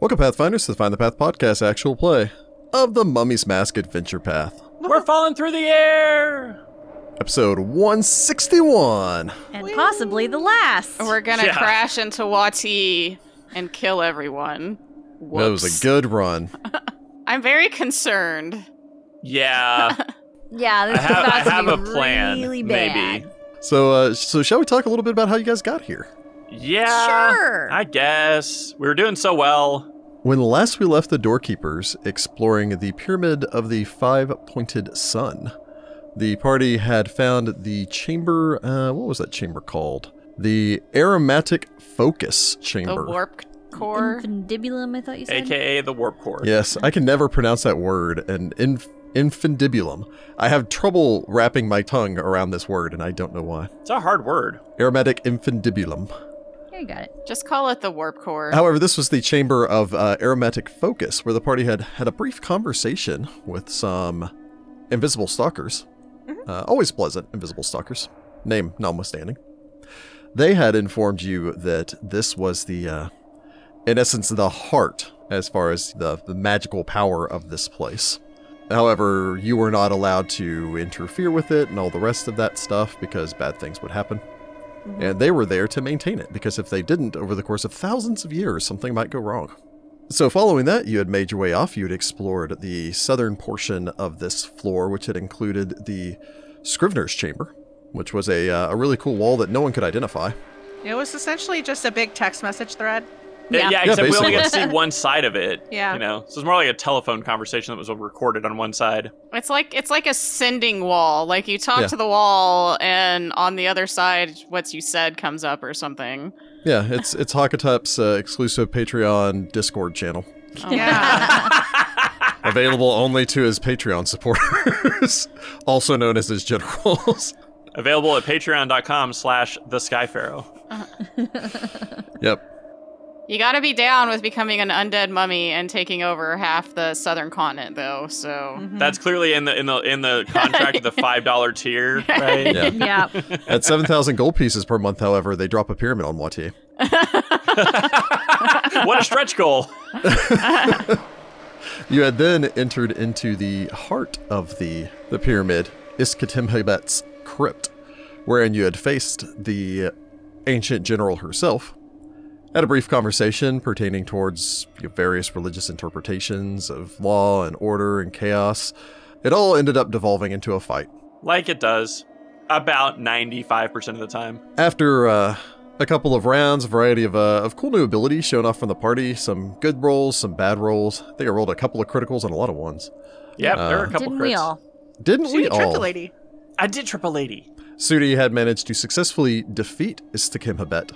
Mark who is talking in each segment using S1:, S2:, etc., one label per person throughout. S1: Welcome, Pathfinders, to the Find the Path podcast actual play of the Mummy's Mask Adventure Path,
S2: We're falling through the air.
S1: episode 161.
S3: And possibly the last.
S4: We're gonna
S2: Yeah.
S4: crash into Wati and kill everyone.
S1: That was a good run.
S4: I'm very concerned.
S2: Yeah,
S3: yeah,
S2: I
S3: this is
S2: have,
S3: about
S2: I
S3: to
S2: have
S3: be
S2: a plan.
S3: really
S2: maybe.
S3: bad.
S1: So, uh, so shall we talk a little bit about how you guys got here?
S2: Yeah.
S3: Sure.
S2: I guess we were doing so well.
S1: When last we left the doorkeepers exploring the Pyramid of the Five Pointed Sun, the party had found the chamber. Uh, what was that chamber called? The Aromatic Focus
S4: The
S1: Chamber.
S4: warp core.
S3: Infundibulum, I thought you said.
S2: AKA the warp core.
S1: Yes, I can never pronounce that word. And inf- infundibulum. I have trouble wrapping my tongue around this word, and I don't know why.
S2: It's a hard word.
S1: Aromatic infundibulum.
S3: Yeah, you got it.
S4: Just call it the warp core.
S1: However, this was the chamber of uh, aromatic focus, where the party had had a brief conversation with some invisible stalkers. Uh, always pleasant, invisible stalkers. Name notwithstanding, they had informed you that this was the, uh, in essence, the heart as far as the, the magical power of this place. However, you were not allowed to interfere with it and all the rest of that stuff because bad things would happen. And they were there to maintain it because if they didn't, over the course of thousands of years, something might go wrong. So, following that, you had made your way off. You had explored the southern portion of this floor, which had included the Scrivener's Chamber, which was a, uh, a really cool wall that no one could identify.
S5: It was essentially just a big text message thread.
S2: Yeah,
S3: Yeah.
S2: except we only
S1: basically.
S2: get to see one side of it.
S5: Yeah.
S2: You know, so it's more like a telephone conversation that was recorded on one side.
S4: It's like it's like a sending wall. Like you talk
S1: Yeah.
S4: to the wall, and on the other side, what you said comes up or something.
S1: Yeah, it's it's Hakatep's uh, exclusive Patreon Discord channel,
S4: Oh,
S5: Yeah.
S1: available only to his Patreon supporters, also known as his generals.
S2: Available at patreon.com slash the Sky Pharaoh.
S1: yep.
S4: You gotta be down with becoming an undead mummy and taking over half the southern continent, though. So
S5: Mm-hmm.
S3: Hmm.
S2: That's clearly in the in the in the contract of the five dollar tier, right?
S1: Yeah.
S3: yeah.
S1: At 7,000 gold pieces per month, however, they drop a pyramid on Wati.
S2: what a stretch goal.
S1: You had then entered into the heart of the, the pyramid, Iskatemhebet's crypt, wherein you had faced the ancient general herself, had a brief conversation pertaining towards you know, various religious interpretations of law and order and chaos. It all ended up devolving into a fight.
S2: Like it does. About 95% of the time.
S1: After uh, a couple of rounds, a variety of, uh, of cool new abilities shown off from the party, some good rolls, some bad rolls. I think I rolled a couple of criticals and a lot of ones.
S2: Yep, there
S1: Uh,
S2: are a couple
S3: Didn't
S2: crits.
S3: we all?
S1: Didn't
S5: She
S1: we
S5: tricked
S1: all?
S5: the lady.
S2: I did triple lady.
S1: Sudi had managed to successfully defeat Istakimhabet,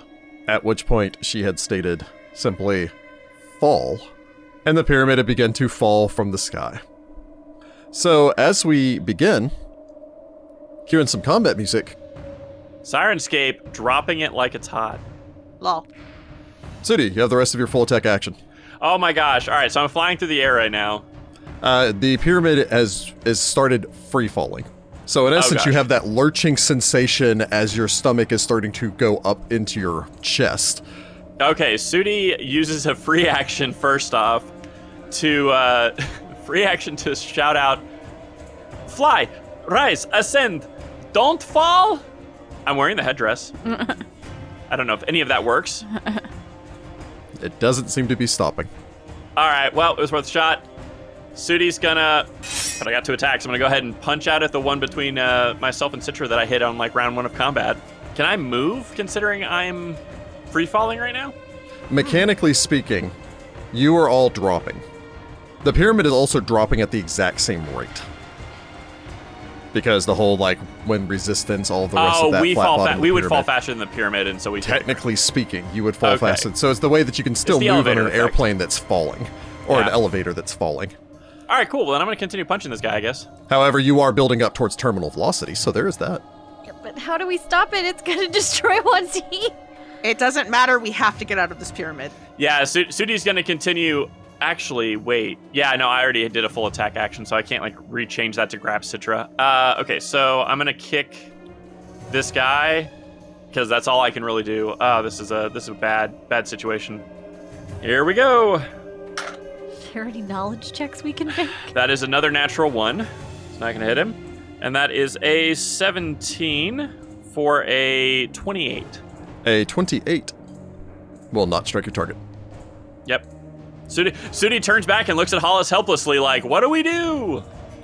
S1: at which point she had stated simply, fall, and the pyramid had begun to fall from the sky. So, as we begin, hearing some combat music,
S2: Sirenscape dropping it like it's hot.
S5: Lol.
S1: Sudi, you have the rest of your full attack action.
S2: Oh my gosh. All right, so I'm flying through the air right now.
S1: Uh, the pyramid has is started free falling. So in essence, you
S2: gosh.
S1: have that lurching sensation as your stomach is starting to go up into your chest.
S2: Okay, Sudi uses a free action first off to uh, free action to shout out, "Fly, rise, ascend, don't fall." I'm wearing the headdress. I don't know if any of that works.
S1: It doesn't seem to be stopping.
S2: All right, well, it was worth a shot. Sudi's gonna, but I got two attacks. I'm gonna go ahead and punch out at the one between uh, myself and Citra that I hit on like round one of combat. Can I move considering I'm free falling right now?
S1: Mechanically speaking, you are all dropping. The pyramid is also dropping at the exact same rate. Because the whole like wind resistance, all the rest of
S2: oh,
S1: that
S2: we
S1: flat
S2: fall.
S1: bottom
S2: Fa-
S1: of the
S2: we would fall
S1: pyramid,
S2: faster than the pyramid, and so we
S1: Technically speaking, you would fall
S2: Okay.
S1: faster. So it's the way that you can still
S2: the
S1: move on
S2: elevator
S1: an
S2: effect.
S1: airplane that's falling, or an
S2: Yeah.
S1: elevator that's falling.
S2: All right, cool. Well, then I'm gonna continue punching this guy, I guess.
S1: However, you are building up towards terminal velocity, so there is that.
S3: But how do we stop it? It's going to destroy Wanzi.
S5: It doesn't matter. We have to get out of this pyramid.
S2: Yeah, Su- Sudi's gonna continue. Actually, wait. Yeah, no, I already did a full attack action, so I can't like rechange that to grab Citra. Uh, okay, so I'm gonna kick this guy because that's all I can really do. Uh, this is a this is a bad bad situation. Here we go.
S3: dexterity knowledge checks we can make?
S2: That is another natural one. It's not going to hit him. And that is a 17 for a 28.
S1: A 28 will not strike your target.
S2: Yep. Sudi, Sudi turns back and looks at Hollis helplessly, like, what do we do?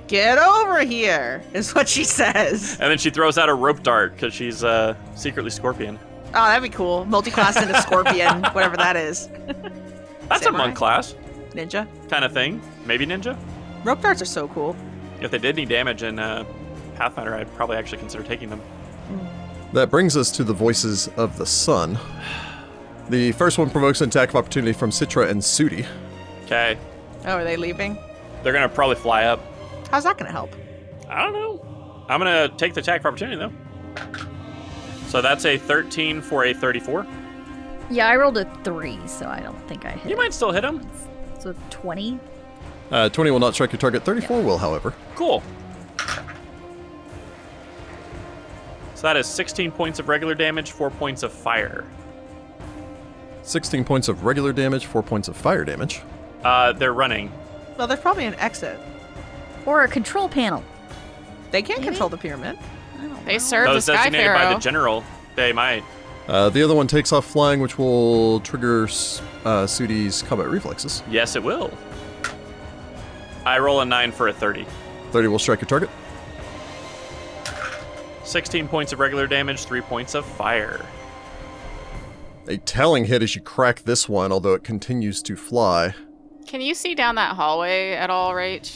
S5: Get over here, is what she says.
S2: And then she throws out a rope dart because she's uh, secretly scorpion.
S5: Oh, that'd be cool. Multiclass into scorpion, whatever that is.
S2: That's a
S5: Samurai.
S2: monk class
S5: Ninja.
S2: kind of thing. Maybe ninja.
S5: Rope darts are so cool.
S2: If they did any damage in uh, Pathfinder, I'd probably actually consider taking them.
S1: That brings us to the voices of the sun. The first one provokes an attack of opportunity from Citra and Sudi.
S2: Okay.
S5: Oh, are they leaving?
S2: They're going to probably fly up.
S5: How's that gonna help?
S2: I don't know. I'm going to take the attack for opportunity, though. So that's a 13 for a 34.
S3: Yeah, I rolled a three, so I don't think I hit.
S2: You might still hit him.
S3: So twenty.
S1: Uh, 20 will not strike your target. 34 will, however.
S2: Cool. So that is 16 points of regular damage, 4 points of fire.
S1: 16 points of regular damage, 4 points of fire damage.
S2: Uh, they're running.
S5: Well, there's probably an exit.
S3: Or a control panel.
S5: They can't
S3: Maybe.
S5: control the pyramid.
S3: I don't
S4: They
S3: know.
S4: serve
S2: Those
S4: the Sky
S2: designated by
S4: Pharaoh.
S2: the general, they might.
S1: Uh, the other one takes off flying, which will trigger S- uh, Sudi's combat reflexes.
S2: Yes, it will. I roll a 9 for a 30.
S1: 30 will strike your target.
S2: 16 points of regular damage, 3 points of fire.
S1: A telling hit as you crack this one, although it continues to fly.
S4: Can you see down that hallway at all, Rach?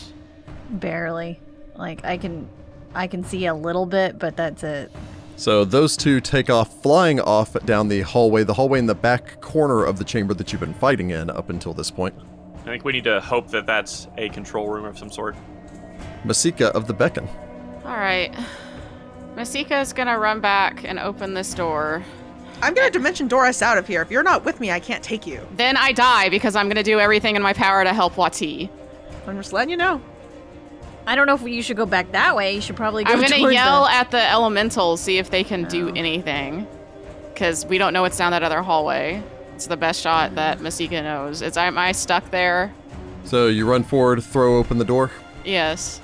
S3: barely. Like I can, I can see a little bit, but that's it.
S1: So those two take off, flying off down the hallway, the hallway in the back corner of the chamber that you've been fighting in up until this point.
S2: I think we need to hope that that's a control room of some sort.
S1: Masika of the Beacon.
S4: All right. Masika is gonna run back and open this door.
S5: I'm gonna dimension Doris out of here. If you're not with me, I can't take you.
S4: Then I die because I'm gonna do everything in my power to help Wati.
S5: I'm just letting you know.
S3: I don't know if you should go back that way. You should probably go.
S4: I'm gonna
S3: towards
S4: yell
S3: the-
S4: at the elementals, see if they can do
S3: Oh.
S4: anything, because we don't know what's down that other hallway. It's the best shot that Masika knows. Is am I stuck there?
S1: So you run forward, throw open the door.
S4: Yes.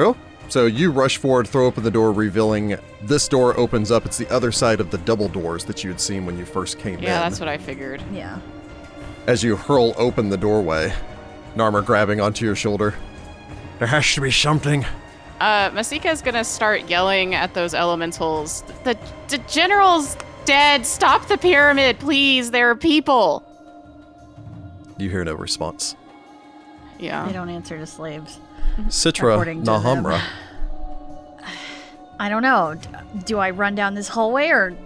S1: Oh, so you rush forward, throw open the door, revealing this door opens up. It's the other side of the double doors that you had seen when you first came in.
S4: Yeah, that's what I figured.
S3: Yeah.
S1: As you hurl open the doorway, Narmer grabbing onto your shoulder. There has to be something.
S4: Uh, Masika's gonna start yelling at those elementals. The, the general's dead. Stop the pyramid, please. There are people.
S1: You hear no response.
S3: They
S1: Oh.
S4: Yeah.
S3: don't answer to slaves.
S1: Citra
S3: According to them.
S1: Nahamra.
S3: I don't know. D- Do I run down this hallway or?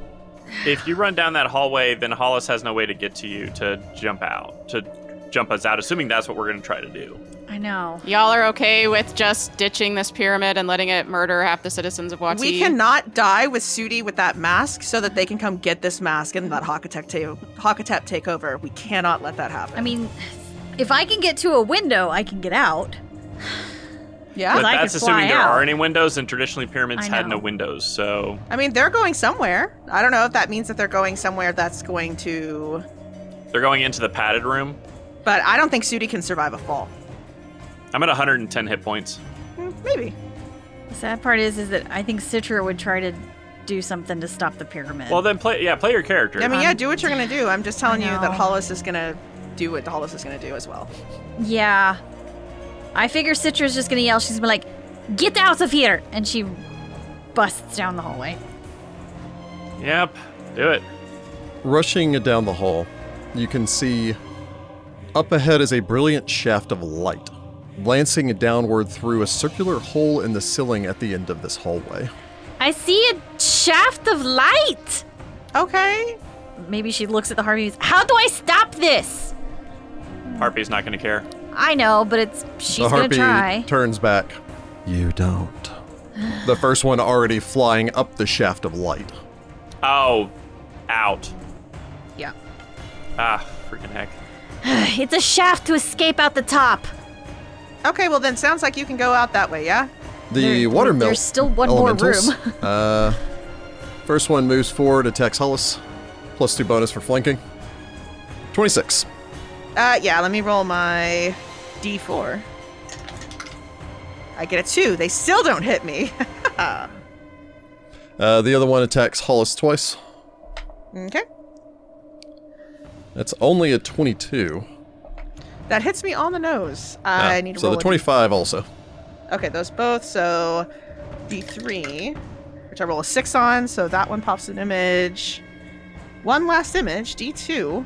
S2: If you run down that hallway, then Hollis has no way to get to you to jump out, to jump us out, assuming that's what we're going to try to do.
S3: I know.
S4: Y'all are okay with just ditching this pyramid and letting it murder half the citizens of Wati?
S5: We cannot die with Sudi with that mask so that they can come get this mask and let Hakatep, ta- Hakatep take over. We cannot let that happen.
S3: I mean, if I can get to a window, I can get out.
S5: yeah.
S2: But
S3: I
S2: that's
S3: could
S2: assuming
S3: fly
S2: there
S3: out.
S2: are any windows, and traditionally pyramids
S3: I
S2: had no
S3: know.
S2: windows, so
S5: I mean, they're going somewhere. I don't know if that means that they're going somewhere that's going to.
S2: they're going into the padded room.
S5: But I don't think Sudi can survive a fall.
S2: I'm at 110 hit points.
S5: Hmm, Maybe.
S3: The sad part is, is that I think Citra would try to do something to stop the pyramid.
S2: Well, then play, yeah, play your character.
S5: I mean,
S3: Um,
S5: yeah, do what you're going to do. I'm just telling you
S3: know.
S5: that Hollis is going to do what Hollis is going to do as well.
S3: yeah. I figure Citra's just gonna yell. She's gonna be like, "Get out of here!" and she busts down the hallway.
S2: Yep, do it.
S1: Rushing down the hall, you can see up ahead is a brilliant shaft of light, lancing downward through a circular hole in the ceiling at the end of this hallway.
S3: I see a shaft of light.
S5: Okay.
S3: Maybe she looks at the Harveys. How do I stop this?
S2: Harpy's not going to care.
S3: I know, but it's she's
S1: the
S3: gonna
S1: harpy
S3: try.
S1: turns back. You don't. The first one already flying up the shaft of light.
S2: Oh, out.
S5: Yeah.
S2: Ah, freaking heck.
S3: it's a shaft to escape out the top.
S5: Okay, well, then sounds like you can go out that way, yeah?
S1: The
S3: There-
S1: watermelon.
S3: there's still one more
S1: uh, first one moves forward, attacks Hollis. Plus two bonus for flanking. 26.
S5: Uh, yeah, let me roll my D4. I get a two. They still don't hit me.
S1: Uh, the other one attacks Hollis twice.
S5: okay.
S1: That's only a 22.
S5: That hits me on the nose. I
S1: Ah,
S5: need to
S1: so
S5: roll
S1: the
S5: a
S1: 25 also.
S5: Okay, those both. So D3, which I roll a six on, so that one pops an image. One last image, D2.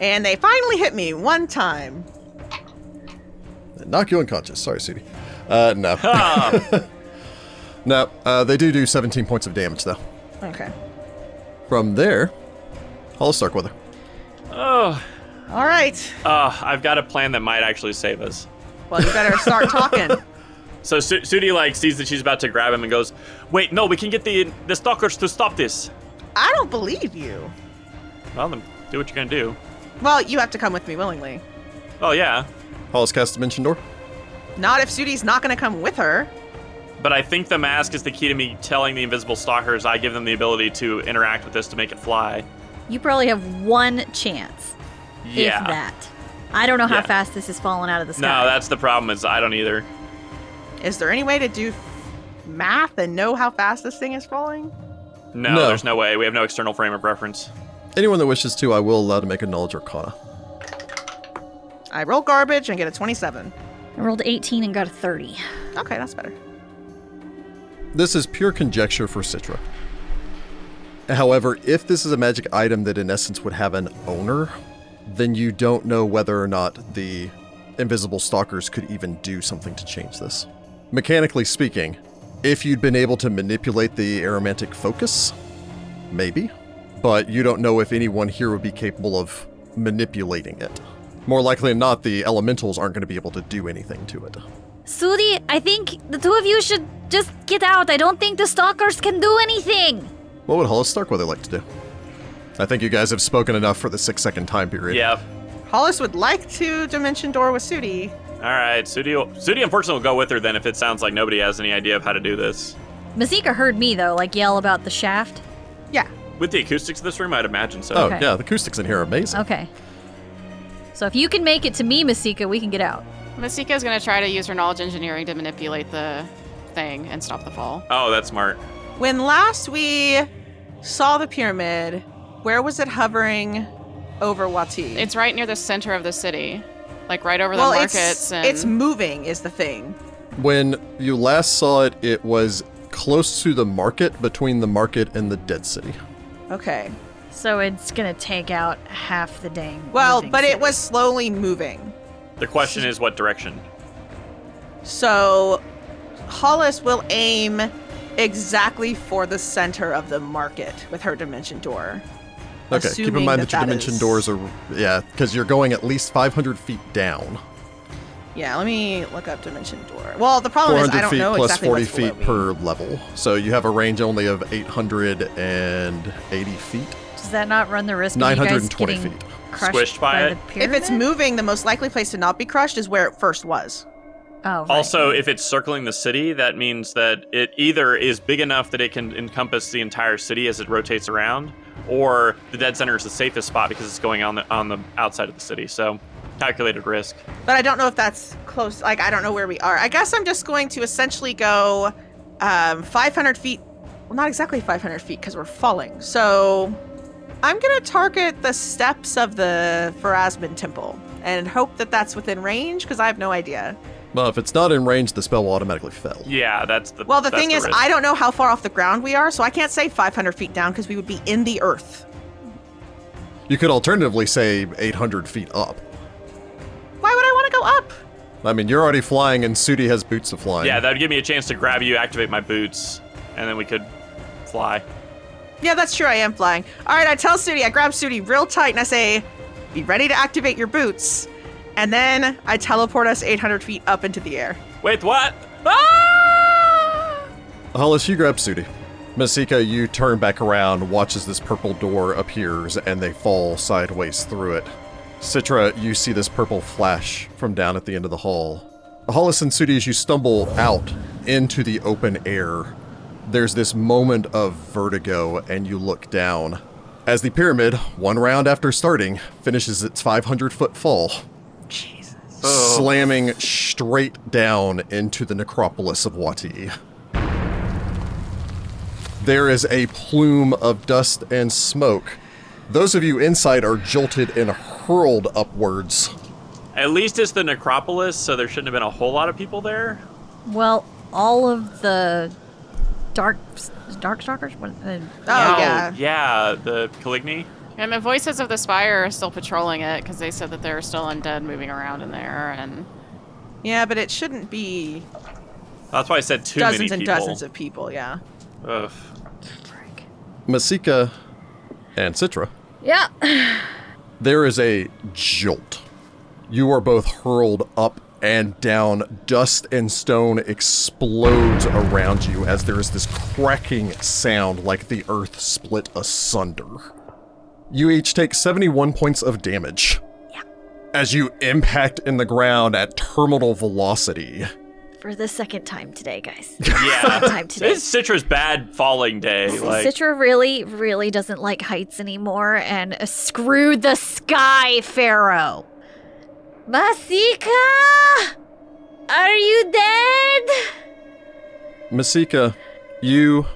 S5: And they finally hit me one time.
S1: Knock you unconscious. Sorry, Sudie. Uh, no. no, uh, they do do 17 points of damage, though.
S5: Okay.
S1: From there, Hollis Starkweather.
S2: oh,
S5: All right.
S2: uh, I've got a plan that might actually save us.
S5: Well, you better start talking.
S2: So Su- Sudi like sees that she's about to grab him and goes, "Wait, no, we can get the the stalkers to stop this."
S5: I don't believe you.
S2: Well, then do what you're gonna do.
S5: Well, you have to come with me willingly.
S2: Oh yeah,
S1: Hollis casts Dimension Door.
S5: Not if Sudi's not going to come with her.
S2: but I think the mask is the key to me telling the invisible stalkers I give them the ability to interact with this to make it fly.
S3: You probably have one chance,
S2: Yeah.
S3: if that. I don't know how
S2: Yeah.
S3: fast this is falling out of the sky.
S2: No, that's the problem. Is I don't either.
S5: Is there any way to do math and know how fast this thing is falling?
S2: No,
S1: No.
S2: there's no way. We have no external frame of reference.
S1: Anyone that wishes to, I will allow to make a Knowledge Arcana.
S5: I roll garbage and get a 27.
S3: I rolled 18 and got a 30.
S5: Okay, that's better.
S1: This is pure conjecture for Citra. However, if this is a magic item that in essence would have an owner, then you don't know whether or not the invisible stalkers could even do something to change this. Mechanically speaking, if you'd been able to manipulate the aromantic focus, maybe, but you don't know if anyone here would be capable of manipulating it. More likely than not, the elementals aren't going to be able to do anything to it.
S3: Sudi, I think the two of you should just get out. I don't think the stalkers can do anything.
S1: What would Hollis Starkweather like to do? I think you guys have spoken enough for the six second time period.
S2: Yeah.
S5: Hollis would like to dimension door with Sudi.
S2: All right, Sudi. Sudi, unfortunately, will go with her then if it sounds like nobody has any idea of how to do this.
S3: Masika heard me, though, like yell about the shaft.
S5: Yeah.
S2: With the acoustics of this room, I'd imagine so.
S1: Oh,
S3: Okay.
S1: yeah, the acoustics in here are amazing.
S3: Okay. So if you can make it to me, Masika, we can get out.
S4: Masika's gonna try to use her knowledge engineering to manipulate the thing and stop the fall.
S2: Oh, that's smart.
S5: When last we saw the pyramid, where was it hovering over Wati?
S4: It's right near the center of the city, like right over
S5: well,
S4: the
S5: it's
S4: markets. and
S5: it's moving is the thing.
S1: When you last saw it, it was close to the market, between the market and the Dead City.
S5: Okay.
S3: So it's gonna take out half the dang.
S5: Well,
S3: living
S5: but
S3: city.
S5: it was slowly moving.
S2: The question is what direction.
S5: So Hollis will aim exactly for the center of the market with her dimension door.
S1: Okay, keep in
S5: Assuming
S1: mind that,
S5: that
S1: your
S5: that
S1: dimension
S5: is-
S1: doors are. Yeah, because you're going at least 500 feet down.
S5: Yeah, let me look up dimension door. Well, the problem is
S1: 400
S5: I don't
S1: feet
S5: know
S1: plus
S5: exactly
S1: 40
S5: what's below
S1: feet
S5: me.
S1: per level. So you have a range only of 880 feet,
S3: Does that not run the risk of you guys
S1: 920
S3: getting
S1: feet.
S3: crushed
S2: Squished by it?
S3: the
S5: If
S3: pyramid?
S5: it's moving, the most likely place to not be crushed is where it first was.
S3: oh, right.
S2: Also, if it's circling the city, that means that it either is big enough that it can encompass the entire city as it rotates around, or the dead center is the safest spot because it's going on the on the outside of the city. So, calculated risk.
S5: But I don't know if that's close. Like, I don't know where we are. I guess I'm just going to essentially go um, 500 feet. Well, not exactly 500 feet because we're falling. So I'm going to target the steps of the Pharasman Temple and hope that that's within range because I have no idea.
S1: Well, if it's not in range, the spell will automatically fail.
S2: Yeah, that's the.
S5: Well, the
S2: that's
S5: thing is,
S2: risk.
S5: I don't know how far off the ground we are, so I can't say 500 feet down because we would be in the earth.
S1: You could alternatively say 800 feet up.
S5: Why would I want to go up?
S1: I mean, you're already flying, and Sudi has boots of flying.
S2: Yeah, that would give me a chance to grab you, activate my boots, and then we could fly.
S5: Yeah, that's true. I am flying. All right, I tell Sudi, I grab Sudi real tight and I say, be ready to activate your boots. And then I teleport us 800 feet up into the air.
S2: Wait, what? Ah!
S1: Hollis, you grab Sudi. Masika, you turn back around, watch as this purple door appears, and they fall sideways through it. Citra, you see this purple flash from down at the end of the hall. Hollis and Sudi, as you stumble out into the open air, there's this moment of vertigo, and you look down. As the pyramid, one round after starting, finishes its 500 foot fall,
S5: Jesus.
S1: slamming straight down into the necropolis of Wati. There is a plume of dust and smoke. Those of you inside are jolted and hurled upwards.
S2: At least it's the necropolis, so there shouldn't have been a whole lot of people there.
S3: Well, all of the dark, dark stalkers. What, uh,
S5: Oh, yeah.
S2: Yeah, the Caligny.
S4: And the voices of the spire are still patrolling it because they said that there are still undead moving around in there. And
S5: Yeah, but it shouldn't be
S2: That's why I said too
S5: dozens
S2: many
S5: and
S2: people.
S5: dozens of people. Yeah.
S2: Ugh.
S3: Frick.
S1: Masika and Citra,
S3: Yeah.
S1: there is a jolt. You are both hurled up and down. Dust and stone explodes around you as there is this cracking sound like the earth split asunder. You each take 71 points of damage as you impact in the ground at terminal velocity.
S3: For the second time today, guys.
S2: Yeah.
S3: Time today.
S2: It's Citra's bad falling day. Like,
S3: Citra really, really doesn't like heights anymore, and uh, screw the sky, Pharaoh. Masika, are you dead?
S1: Masika, you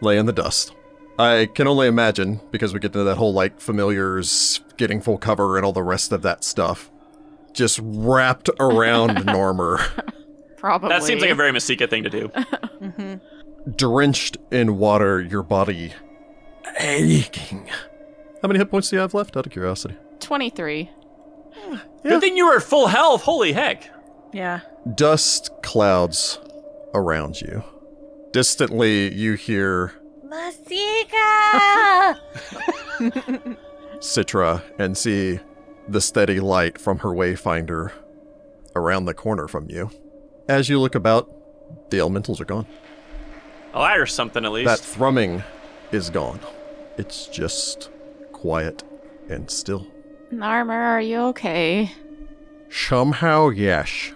S1: lay in the dust. I can only imagine because we get to that whole like familiars getting full cover and all the rest of that stuff. Just wrapped around Normer,
S4: probably.
S2: that seems like a very Masika thing to do.
S1: drenched in water, your body aching. How many hit points do you have left? Out of curiosity.
S4: 23.
S1: Yeah.
S2: Good thing you were at full health. Holy heck.
S5: Yeah.
S1: Dust clouds around you. Distantly, you hear
S3: Masika.
S1: Citra and see the steady light from her wayfinder around the corner from you. As you look about, the elementals are gone.
S2: Well, that or something at least.
S1: That thrumming is gone. It's just quiet and still.
S4: Narmer, are you okay?
S1: Somehow, yes.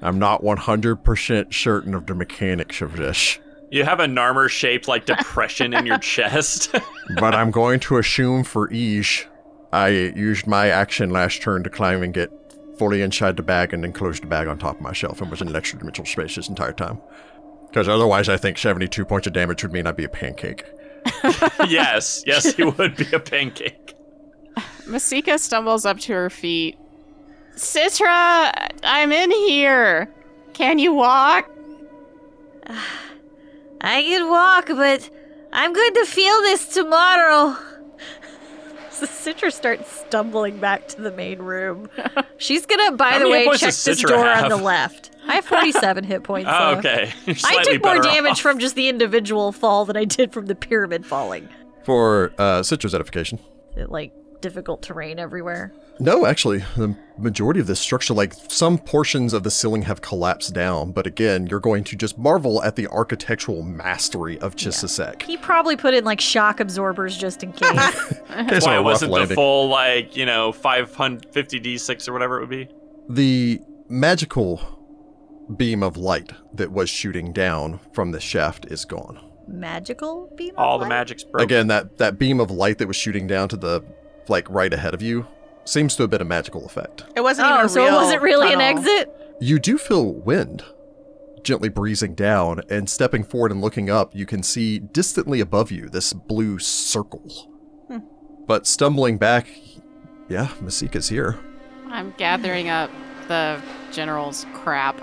S1: I'm not 100% certain of the mechanics of this,
S2: You have a Narmer shaped like depression in your chest.
S1: but I'm going to assume for ease I used my action last turn to climb and get fully inside the bag and then closed the bag on top of myself and was in an extra dimensional space this entire time. Because otherwise, I think 72 points of damage would mean I'd be a pancake.
S2: yes, yes, he would be a pancake.
S4: Masika stumbles up to her feet. Citra, I'm in here. Can you walk?
S3: I can walk, but I'm going to feel this tomorrow. So Citra starts stumbling back to the main room. She's gonna, by
S2: How
S3: the
S2: many hit
S3: way,
S2: points
S3: check
S2: does
S3: this
S2: Citra
S3: door on
S2: have?
S3: the left. I have 47 hit points.
S2: Oh,
S3: so-
S2: okay. You're
S3: I
S2: slightly
S3: took more
S2: better
S3: damage
S2: off.
S3: from just the individual fall than I did from the pyramid falling.
S1: For uh, Citra's edification.
S3: It, like difficult terrain everywhere.
S1: No, actually, the majority of this structure, like some portions of the ceiling have collapsed down, but again, you're going to just marvel at the architectural mastery of Chisisek.
S3: He probably put in like shock absorbers just in case.
S1: It's a
S2: Why it
S1: rough
S2: wasn't the
S1: landing.
S2: full like you know 550 d6 or whatever it would be?
S1: the magical beam of light that was shooting down from the shaft is gone.
S3: Magical beam. of
S2: All the
S3: light?
S2: magic's broken.
S1: Again, that, that beam of light that was shooting down to the like right ahead of you seems to have been a magical effect.
S5: It wasn't even
S3: Oh,
S5: a
S3: so it
S5: real
S3: wasn't really an
S5: tunnel.
S3: exit.
S1: You do feel wind gently breezing down and stepping forward and looking up, you can see distantly above you this blue circle.
S5: Hmm.
S1: But stumbling back, yeah, Masika's here.
S4: I'm gathering up the general's crap.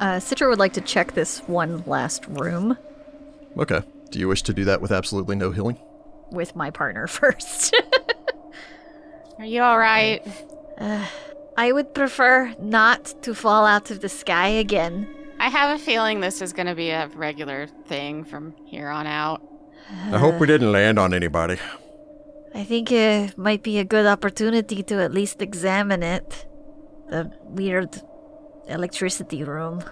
S3: Uh, Citra would like to check this one last room
S1: Okay. Do you wish to do that with absolutely no healing?
S3: with my partner first.
S4: Are you all right?
S3: I would prefer not to fall out of the sky again.
S4: I have a feeling this is going to be a regular thing from here on out.
S1: I hope we didn't land on anybody.
S3: I think it might be a good opportunity to at least examine it. The weird electricity room.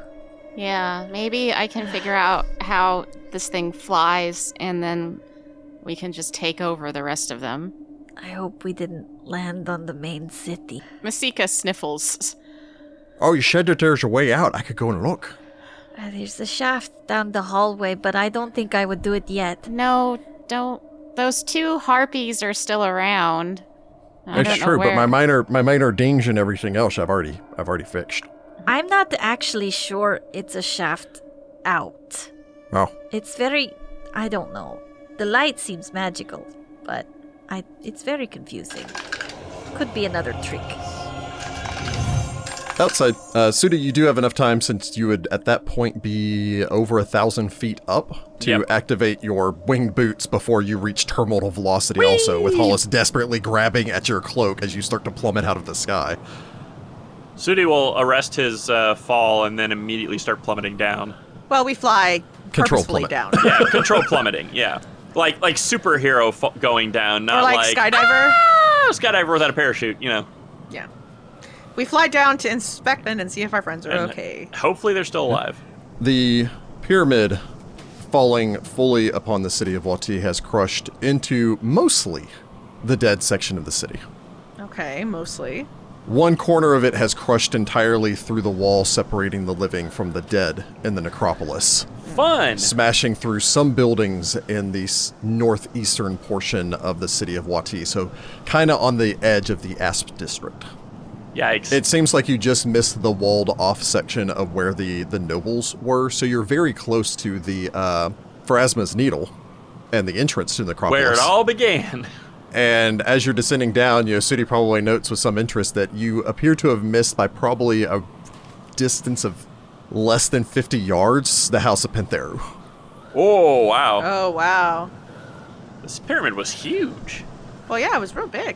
S4: Yeah, maybe I can figure out how this thing flies and then we can just take over the rest of them.
S3: I hope we didn't land on the main city.
S4: Masika sniffles.
S1: Oh, you said that there's a way out. I could go and look.
S3: Uh, there's a shaft down the hallway, but I don't think I would do it yet.
S4: No, don't. Those two harpies are still around. I
S1: It's
S4: don't know
S1: true, but my
S4: where.
S1: minor my minor dings and everything else I've already I've already fixed.
S3: I'm not actually sure it's a shaft out.
S1: Oh.
S3: It's very I don't know. The light seems magical, but I it's very confusing. Could be another trick.
S1: Outside, uh, Suda, you do have enough time since you would at that point be over a thousand feet up to
S2: Yep.
S1: activate your winged boots before you reach terminal velocity. Also, with Hollis desperately grabbing at your cloak as you start to plummet out of the sky.
S2: Sudi will arrest his uh, fall and then immediately start plummeting down.
S5: Well, we fly
S1: Control
S5: purposefully
S1: plummet.
S5: down.
S2: Yeah, control plummeting. Yeah, like like superhero f- going down,
S5: or
S2: not like
S5: like, skydiver.
S2: "Ah, skydiver without a parachute. You know,
S5: Yeah. We fly down to inspect them and see if our friends are
S2: And
S5: okay.
S2: Hopefully they're still alive.
S1: The pyramid falling fully upon the city of Wati has crushed into mostly the dead section of the city.
S5: Okay, mostly.
S1: One corner of it has crushed entirely through the wall separating the living from the dead in the necropolis.
S2: Fun.
S1: smashing through some buildings in the s- northeastern portion of the city of Wati, so kind of on the edge of the Asp district.
S2: Yikes.
S1: It seems like you just missed the walled off section of where the, the nobles were, so you're very close to the uh, Phrasma's Needle and the entrance to the necropolis.
S2: where it all began.
S1: And as you're descending down, Yosudi probably notes with some interest that you appear to have missed by probably a distance of less than 50 yards the House of Pentheru.
S2: Oh wow,
S5: Oh, wow. Oh.
S2: this pyramid was huge.
S5: Well, yeah, it was real big.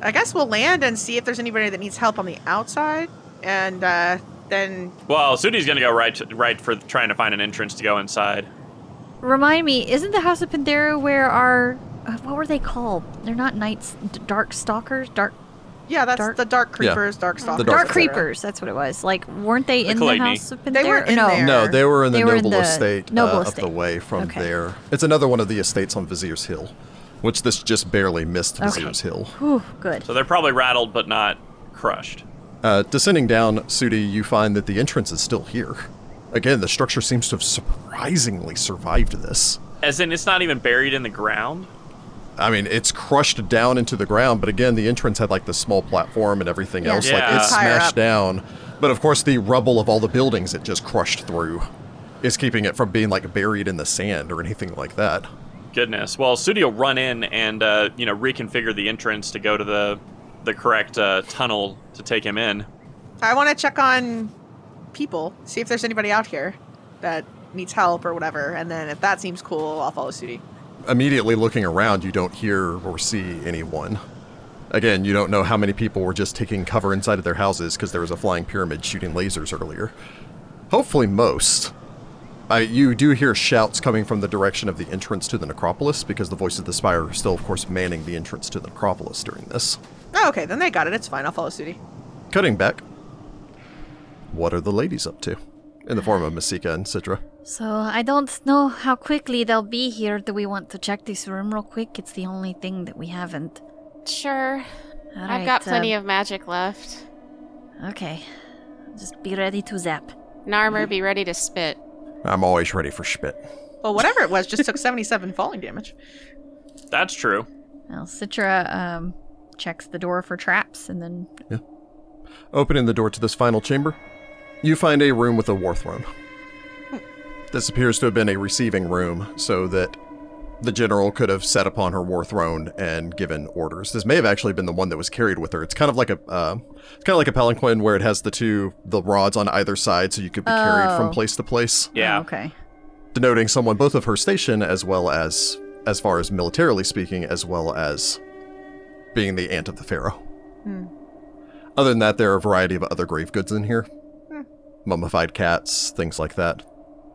S5: I guess we'll land and see if there's anybody that needs help on the outside. And uh, then,
S2: Well, Sudi's gonna go right to, right for trying to find an entrance to go inside.
S3: Remind me, isn't the House of Pandera where our uh, what were they called? They're not knights, d- dark stalkers, dark
S5: yeah, that's
S3: Dark-
S5: the dark
S1: Yeah.
S5: creepers, dark stalkers.
S1: The
S3: dark,
S1: dark Pandera.
S3: creepers. That's what it was. Like, weren't they in
S2: Kalidni.
S3: the House of Pandera?
S5: They weren't in
S3: no.
S5: there.
S1: No, they were in the
S3: They were in
S1: noble
S3: the
S1: estate
S3: noble
S1: uh, up
S3: estate.
S1: the way from
S3: Okay.
S1: there. It's another one of the estates on Vizier's Hill, which this just barely missed
S3: Okay.
S1: Vizier's Hill.
S3: Whew, good.
S2: So they're probably rattled but not crushed.
S1: Uh, descending down, Sudi, you find that the entrance is still here. Again, the structure seems to have surprisingly survived this.
S2: As in, it's not even buried in the ground.
S1: I mean, it's crushed down into the ground, but again, the entrance had like the small platform and everything
S3: Yeah.
S1: else.
S2: Yeah.
S1: Like it's
S5: Higher
S1: smashed
S5: up.
S1: down. But of course, the rubble of all the buildings it just crushed through is keeping it from being like buried in the sand or anything like that.
S2: Goodness. Well, Sudi will run in and uh, you know reconfigure the entrance to go to the the correct uh, tunnel to take him in.
S5: I want to check on people, see if there's anybody out here that needs help or whatever. And then if that seems cool, I'll follow Sudi.
S1: immediately looking around, you don't hear or see anyone. Again, you don't know how many people were just taking cover inside of their houses because there was a flying pyramid shooting lasers earlier. Hopefully, most. I, you do hear shouts coming from the direction of the entrance to the necropolis because the voice of the spire are still, of course, manning the entrance to the necropolis during this.
S5: Oh, okay, then they got it. It's fine. I'll follow Sudi.
S1: Cutting back. What are the ladies up to? In the form of Masika and Sidra.
S3: So I don't know how quickly they'll be here. Do we want to check this room real quick? It's the only thing that we haven't.
S4: Sure.
S3: All
S4: I've got plenty of magic left.
S3: of. Okay, just be ready to zap.
S4: Narmer, be ready to spit.
S1: I'm always ready for spit.
S5: Well, whatever it was, just took 77 falling damage.
S2: That's true.
S3: Well, Citra um, checks the door for traps, and then oh,
S1: Opening the door to this final chamber, you find a room with a war throne. This appears to have been a receiving room so that the general could have sat upon her war throne and given orders. This may have actually been the one that was carried with her. It's kind of like a uh, it's kind of like a palanquin where it has the two the rods on either side so you could be carried
S3: Oh.
S1: from place to place,
S2: Yeah.
S3: Oh, okay,
S1: denoting someone both of her station as well as as far as militarily speaking as well as being the aunt of the pharaoh.
S5: Hmm.
S1: Other than that, there are a variety of other grave goods in here mummified cats, things like that.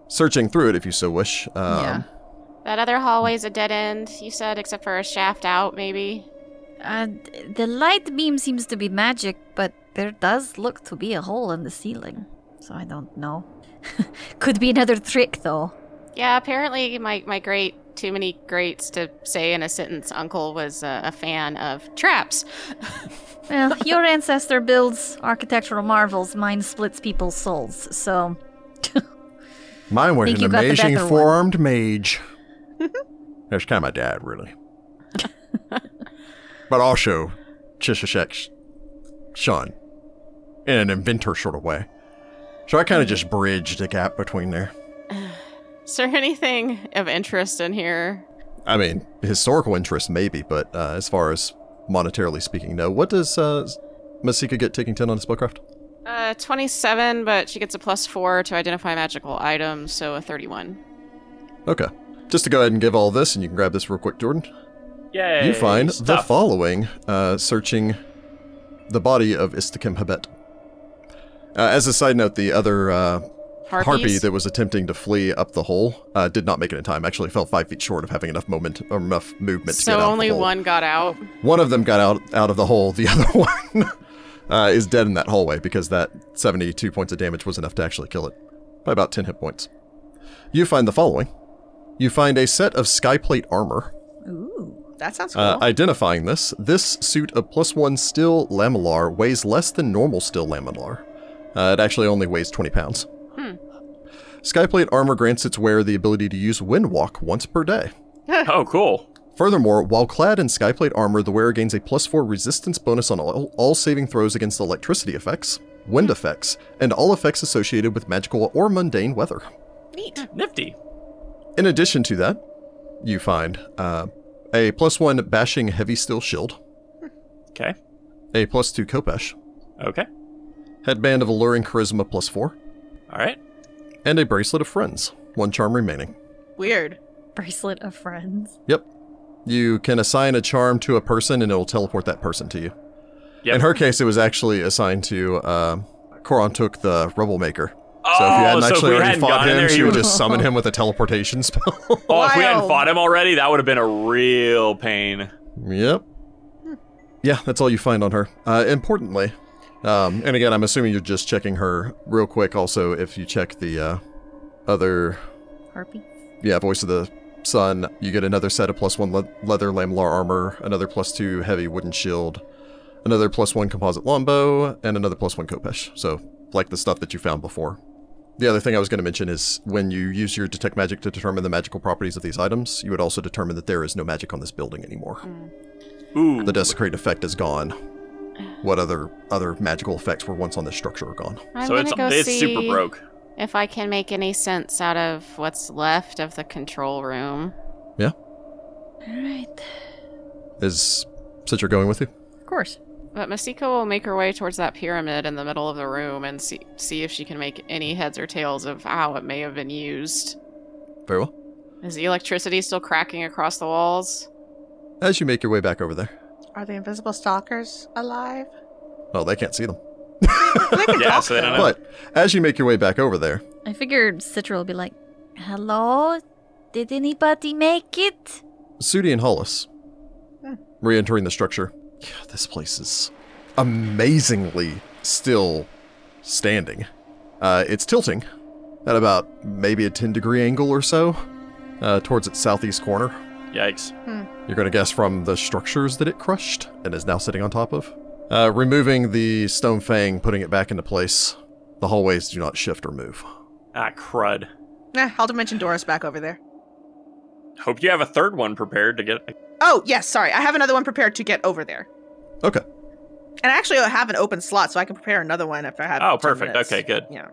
S1: Searching through it if you so wish. Um,
S3: yeah.
S4: That other hallway's a dead end, you said, except for a shaft out, maybe.
S3: Uh, th- the light beam seems to be magic, but there does look to be a hole in the ceiling. So I don't know. Could be another trick, though.
S4: Yeah, apparently my, my great, too many greats to say in a sentence, uncle was uh, a fan of traps.
S3: Well, your ancestor builds architectural marvels. Mine splits people's souls. So
S1: Mine was
S3: Think
S1: an
S3: you got the
S1: amazing
S3: better one.
S1: four armed mage. That's kind of my dad, really. but also Chishishek Sean in an inventor sort of way. So I kind of just bridged the gap between there.
S4: Is there anything of interest in here?
S1: I mean, historical interest maybe, but uh, as far as monetarily speaking, no. What does uh, Masika get taking 10 on his spellcraft?
S4: Uh, 27, but she gets a plus four to identify magical items, so a 31.
S1: Okay. Just to go ahead and give all this, and you can grab this real quick, Jordan.
S2: Yay.
S1: You find the
S2: stuff.
S1: following uh, searching the body of Istakim Habet. Uh, as a side note, the other uh, harpy
S4: Harpies?
S1: that was attempting to flee up the hole uh, did not make it in time. Actually, fell five feet short of having enough moment or enough movement. to
S4: So
S1: get out of the
S4: only
S1: hole.
S4: one got out.
S1: One of them got out out of the hole. The other one uh, is dead in that hallway because that seventy-two points of damage was enough to actually kill it by about ten hit points. You find the following. You find a set of skyplate armor.
S3: Ooh.
S5: That sounds cool.
S1: Uh, identifying this, this suit of plus one steel lamellar weighs less than normal steel lamellar. Uh, it actually only weighs 20 pounds.
S4: Hmm.
S1: Skyplate armor grants its wearer the ability to use windwalk once per day.
S2: Oh, cool.
S1: Furthermore, while clad in skyplate armor, the wearer gains a plus four resistance bonus on all, all saving throws against electricity effects, wind effects, and all effects associated with magical or mundane weather.
S5: Neat.
S2: Nifty.
S1: In addition to that, you find uh, a plus one bashing heavy steel shield,
S2: Okay.
S1: a plus two kopesh,
S2: Okay.
S1: headband of alluring charisma plus four,
S2: All right.
S1: and a bracelet of friends, one charm remaining.
S5: Weird.
S3: Bracelet of friends.
S1: Yep. You can assign a charm to a person and it'll teleport that person to you.
S2: Yep.
S1: In her case, it was actually assigned to um, Koron took the Rubble Maker.
S2: Oh,
S1: so if you hadn't
S2: so
S1: actually
S2: if we
S1: already
S2: hadn't
S1: fought
S2: gotten
S1: him,
S2: there,
S1: she
S2: you
S1: would
S2: would-
S1: just summon him with a teleportation spell.
S2: Oh, if we hadn't
S5: Wild.
S2: fought him already, that would have been a real pain.
S1: yep. Yeah, that's all you find on her. Uh, importantly, um, and again, I'm assuming you're just checking her real quick. Also, if you check the uh, other
S3: Harpy.
S1: yeah, Voice of the Sun. You get another set of plus one le- leather lamellar armor, another plus two heavy wooden shield, another plus one composite longbow, and another plus one kopesh. So, like the stuff that you found before. The other thing I was going to mention is when you use your detect magic to determine the magical properties of these items, you would also determine that there is no magic on this building anymore.
S2: Ooh.
S1: The desecrate effect is gone. What other other magical effects were once on this structure are gone?
S4: I'm
S2: so
S4: gonna
S2: it's,
S4: go
S2: it's
S4: see
S2: super broke.
S4: if I can make any sense out of what's left of the control room.
S3: All right.
S1: Is since you're going with you?
S3: Of course.
S4: But Masika will make her way towards that pyramid in the middle of the room and see see if she can make any heads or tails of how it may have been used.
S1: Very well.
S4: Is the electricity still cracking across the walls?
S1: As you make your way back over there,
S5: Are the invisible stalkers alive?
S1: oh, they can't see them.
S5: They can
S2: Yeah,
S5: talk,
S2: so they don't
S5: though.
S2: know.
S1: But as you make your way back over there,
S3: I figured Citra will be like, "Hello, did anybody make it?"
S1: Sudi and Hollis
S5: Hmm.
S1: re entering the structure. Yeah, this place is amazingly still standing. Uh, it's tilting at about maybe a 10 degree angle or so uh, towards its southeast corner.
S2: Yikes.
S1: You're going to guess from the structures that it crushed and is now sitting on top of. Uh, removing the stone fang, putting it back into place. The hallways do not shift or move.
S2: Ah, crud.
S5: Nah, Eh, I'll dimension Doris back over there.
S2: Hope you have a third one prepared to get.
S5: Oh, yes, sorry. I have another one prepared to get over there.
S1: Okay.
S5: And I actually have an open slot, so I can prepare another one if I have.
S2: Oh,
S5: 10
S2: perfect.
S5: minutes.
S2: Okay, good.
S5: Yeah.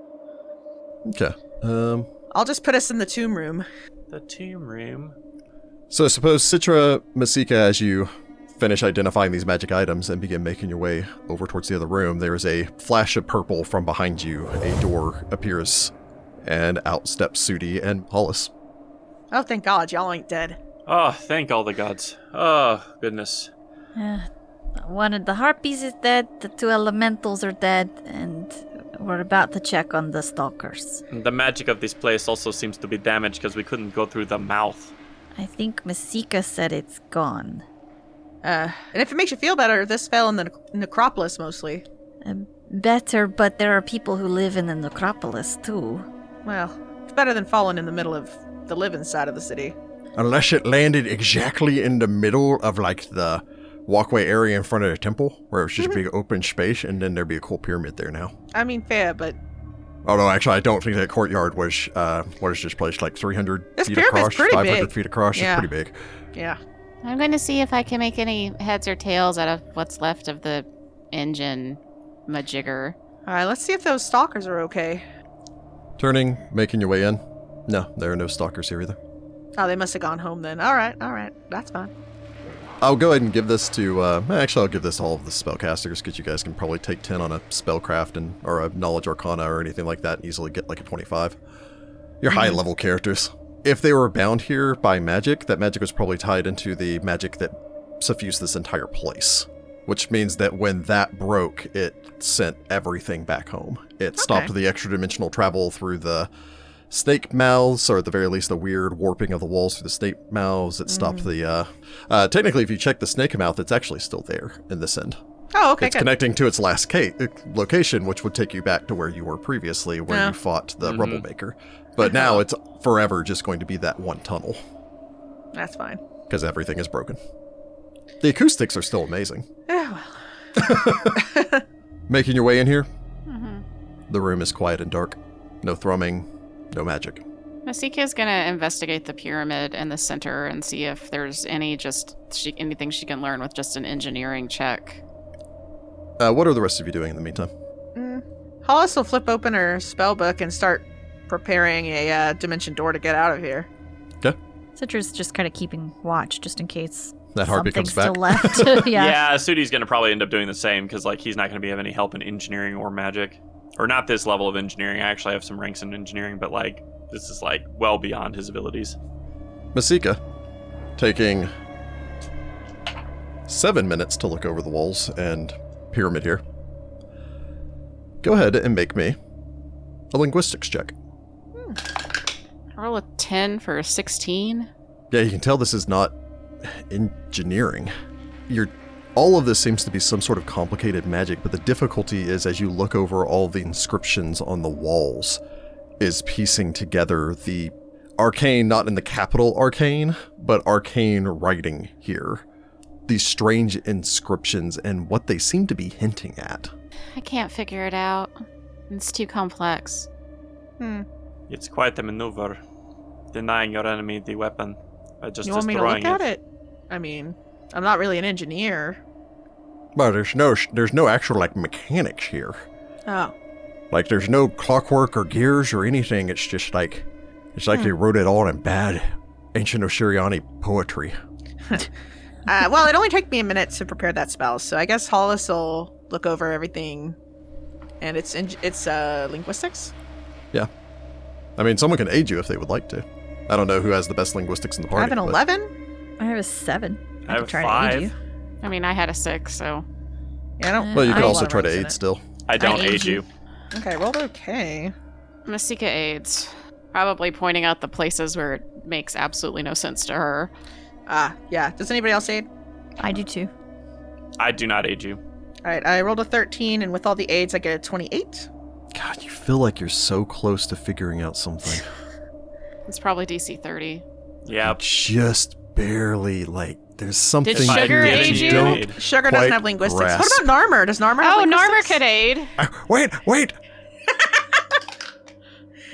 S1: Okay. Um,
S5: I'll just put us in the tomb room.
S2: The tomb room.
S1: So suppose Citra Masika, as you finish identifying these magic items and begin making your way over towards the other room, there is a flash of purple from behind you. A door appears, and out steps Sudi and Hollis.
S5: Oh, thank God, y'all ain't dead.
S2: Oh, thank all the gods. Oh, goodness.
S3: Uh, one of the harpies is dead. The two elementals are dead, and we're about to check on the stalkers.
S2: The magic of this place also seems to be damaged because we couldn't go through the mouth.
S3: I think Masika said it's gone.
S5: Uh, and if it makes you feel better, this fell in the ne- necropolis mostly.
S3: Uh, better, but there are people who live in the necropolis too.
S5: Well, it's better than falling in the middle of the living side of the city.
S1: Unless it landed exactly in the middle of like the walkway area in front of the temple, where it's just
S5: Mm-hmm.
S1: a big open space, and then there'd be a cool pyramid there now.
S5: I mean, fair, but
S1: Although actually, I don't think that courtyard was uh, what is this place like 300
S5: This
S1: feet
S5: pyramid's
S1: across,
S5: pretty
S1: 500
S5: big.
S1: feet across.
S5: Yeah.
S1: It's pretty big.
S5: yeah.
S4: I'm going to see if I can make any heads or tails out of what's left of the engine majigger.
S5: All right, let's see if those stalkers are okay.
S1: Turning, making your way in. No, there are no stalkers here either.
S5: Oh, they must have gone home then. All right, all right, that's fine.
S1: I'll go ahead and give this to. Uh, actually, I'll give this to all of the spellcasters because you guys can probably take ten on a spellcraft and or a knowledge arcana or anything like that and easily get like a twenty-five. Your high level characters. If they were bound here by magic, that magic was probably tied into the magic that suffused this entire place. Which means that when that broke, it sent everything back home. It stopped the extra dimensional travel through the snake mouths, or at the very least, the weird warping of the walls through the snake mouths. It stopped the. Uh, uh, technically, if you check the snake mouth, it's actually still there in this end.
S5: Oh, okay,
S1: it's
S5: good.
S1: connecting to its last ca- uh, location, which would take you back to where you were previously, where
S5: Yeah.
S1: you fought the
S2: Mhm.
S1: rubble maker. But
S5: Oh.
S1: now it's forever just going to be that one tunnel
S5: that's fine. Oh,
S1: because everything is broken. The acoustics are still amazing.
S5: Yeah, well,
S1: Making your way in here,
S4: Mm-hmm.
S1: the room is quiet and dark. No thrumming, no magic.
S4: Masika is going to investigate the pyramid and the center and see if there's any just she, anything she can learn with just an engineering check.
S1: Uh, what are the rest of you doing in the meantime?
S5: Hollis will Mm. flip open her spell book and start preparing a uh, dimension door to get out of here.
S3: Citra's just kind of keeping watch just in case
S1: That heartbeat
S3: something's
S1: comes back.
S3: still left. yeah.
S2: Yeah, Sudi's gonna probably end up doing the same because like he's not gonna be have any help in engineering or magic, or not this level of engineering. I actually have some ranks in engineering, but like this is like well beyond his abilities.
S1: Masika, taking seven minutes to look over the walls and pyramid here. Go ahead and make me a linguistics check.
S4: Roll a 10 for a 16.
S1: Yeah, you can tell this is not engineering. You're all of this seems to be some sort of complicated magic, but the difficulty is as you look over all the inscriptions on the walls, is piecing together the arcane, not in the capital arcane, but arcane writing here. These strange inscriptions and what they seem to be hinting at.
S4: I can't figure it out. It's too complex.
S5: Hmm.
S2: It's quite a maneuver, denying your enemy the weapon by just
S5: you want me to
S2: destroying
S5: look at it? I mean, I'm not really an engineer.
S1: But there's no there's no actual like mechanics here.
S5: Oh,
S1: Like there's no clockwork or gears or anything. It's just like it's like they
S4: Hmm.
S1: wrote it all in bad ancient Oshiriani poetry.
S5: uh, well, it only took me a minute to prepare that spell, so I guess Hollis will look over everything. And it's in, it's uh, linguistics.
S1: I mean, someone can aid you if they would like to. I don't know who has the best linguistics in the
S5: I
S1: party.
S5: have an
S1: but-
S5: eleven.
S3: I have a seven.
S2: I
S3: could
S2: have
S3: try
S2: five.
S3: To aid you.
S4: I mean, I had a 6, so
S5: Yeah, Eh, I don't.
S1: Well, you
S3: I
S1: could
S3: have
S1: also
S5: one
S1: try to
S5: race in
S1: aid
S5: it.
S1: still.
S2: I don't
S4: I
S2: aid,
S4: aid
S2: you.
S4: you.
S5: Okay, rolled okay.
S4: Masika aids. Probably pointing out the places where it makes absolutely no sense to her.
S5: Ah, yeah. Does anybody else aid?
S3: I do too.
S2: I do not aid you.
S5: All right, I rolled a 13, and with all the aids, I get a 28.
S1: God, you feel like you're so close to figuring out something.
S4: It's probably DC 30.
S2: Yeah.
S1: Just barely like there's something
S4: Did Sugar
S1: that
S4: aid
S1: you
S4: you?
S1: don't.
S5: Sugar
S1: Quite
S5: doesn't have linguistics.
S1: grasp.
S5: What about Narmer? Does Narmer have
S4: Oh, Narmer
S5: linguistics?
S4: could aid.
S1: Uh, wait, wait.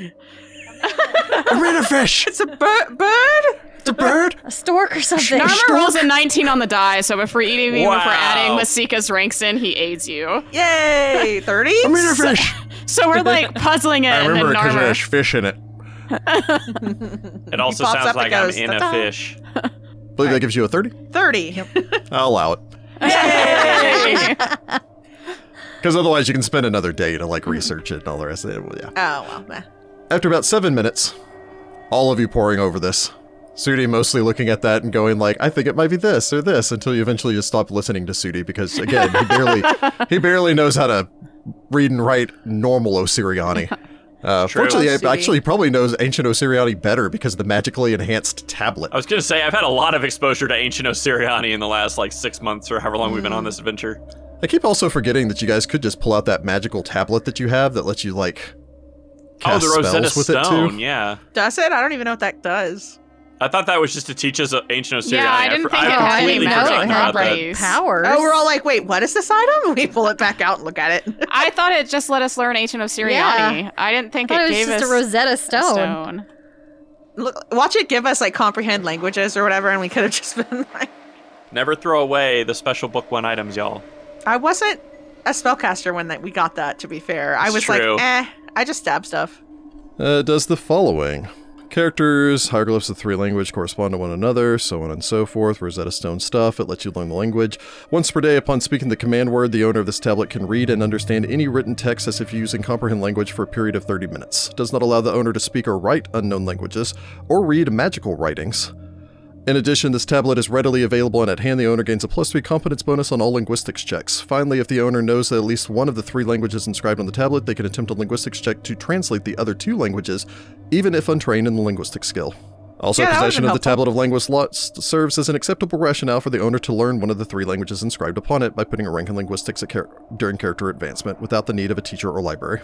S1: I ran a fish.
S5: It's a bir- bird?
S1: It's a bird.
S3: A stork or something.
S4: Narmer rolls a 19 on the die, so if we're eating, even if we're adding
S2: Wow.
S4: Masika's ranks in, he aids you.
S5: Yay! 30?
S1: I ran a fish.
S4: So we're like puzzling it,
S1: I
S4: and then
S1: remember because
S4: Narmer.
S1: there's fish in it.
S2: It also
S5: pops up
S2: sounds
S5: and
S2: like I'm
S5: goes,
S2: in
S5: "Ta-ta."
S2: a fish.
S1: believe that gives you a 30.
S5: 30.
S1: I'll allow it.
S4: Yay!
S1: Because otherwise, you can spend another day to like research it and all the rest of it. Well, yeah.
S5: Oh, well. meh.
S1: After about seven minutes, all of you pouring over this, Sudi mostly looking at that and going like, "I think it might be this or this," until you eventually just stop listening to Sudi because again, he barely he barely knows how to read and write normal Osiriani. Uh,
S2: True.
S1: fortunately,
S5: Oh,
S1: I
S5: Sudi.
S1: actually probably knows ancient Osiriani better because of the magically enhanced tablet.
S2: I was gonna say I've had a lot of exposure to ancient Osiriani in the last like six months or however long we've been on this adventure.
S1: I keep also forgetting that you guys could just pull out that magical tablet that you have that lets you like cast
S2: oh, the Rosetta
S1: spells with it too.
S2: Stone. Yeah.
S5: Does it? I don't even know what that does.
S2: I thought that was just to teach us uh, ancient Osiriani.
S4: yeah, I didn't
S2: for-
S4: think it
S2: I've
S4: had any
S2: completely
S4: magic
S2: forgotten about that.
S4: properties.
S3: powers.
S5: Oh, we're all like, wait, what is this item? We pull it back out and look at it.
S4: I thought it just let us learn Ancient of Siriani. I
S3: I
S4: didn't think
S3: thought
S4: it
S3: it was
S4: gave
S3: just a
S4: us
S3: Rosetta
S4: a
S3: Stone.
S4: stone.
S5: look, watch it give us, like, comprehend languages or whatever, and we could have just been like,
S2: Never throw away the special book one items, y'all.
S5: I wasn't a spellcaster when that we got that. To be fair, I
S2: It's
S5: was
S2: true.
S5: like, eh, I just stab stuff.
S1: uh, does the following characters hieroglyphs of three language correspond to one another so on and so forth rosetta stone stuff it lets you learn the language once per day upon speaking the command word the owner of this tablet can read and understand any written text as if using comprehend language for a period of 30 minutes does not allow the owner to speak or write unknown languages or read magical writings in addition, this tablet is readily available and at hand. The owner gains a plus three competence bonus on all linguistics checks. Finally, if the owner knows that at least one of the three languages inscribed on the tablet, they can attempt a linguistics check to translate the other two languages, even if untrained in the linguistic skill. Also,
S5: Yeah, that would've
S1: possession of
S5: been
S1: the
S5: helpful.
S1: tablet of linguist lots serves as an acceptable rationale for the owner to learn one of the three languages inscribed upon it by putting a rank in linguistics at char- during character advancement without the need of a teacher or library.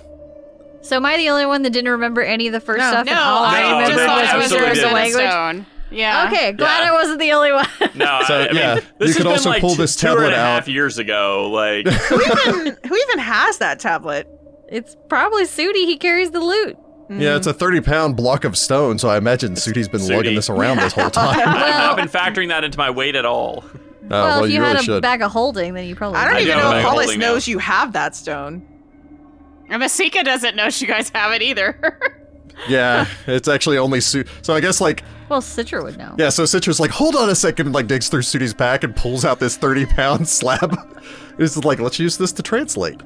S3: So am I the only one that didn't remember any of the first
S5: No.
S3: stuff?
S4: No,
S3: and all
S4: I
S2: No,
S4: just
S2: they
S4: thought it was
S2: absolutely
S4: Rosetta
S2: did.
S4: Stone. Yeah.
S3: Okay, glad
S2: Yeah.
S3: I wasn't the only one.
S2: No,
S1: So,
S2: I, I mean,
S1: yeah,
S2: this
S1: you
S2: has
S1: could
S2: been
S1: also
S2: like
S1: pull
S2: t-
S1: this
S2: two
S1: tablet
S2: and a half
S1: out.
S2: years ago. Like,
S5: Who even who even has that tablet?
S3: it's probably Sudi. He carries the loot.
S1: Yeah, it's a 30 pound block of stone, so I imagine Sudi's been lugging
S2: Sudi.
S1: this around this whole time.
S2: I have
S3: Well-
S2: not been factoring that into my weight at all.
S1: Uh,
S3: well, if you, had
S1: really
S3: a
S1: should.
S3: bag of holding, then you probably.
S5: I don't
S2: I
S5: even
S2: don't
S5: know if
S2: know.
S5: Hollis
S2: Holding now.
S5: knows you have that stone.
S4: And Masika doesn't know you guys have it either.
S1: Yeah, it's actually only Su. So I guess like
S3: Well, Citra would know.
S1: yeah. So Citra's like, hold on a second, and, like digs through Sudi's pack and pulls out this thirty pound slab. it's just like, let's use this to translate.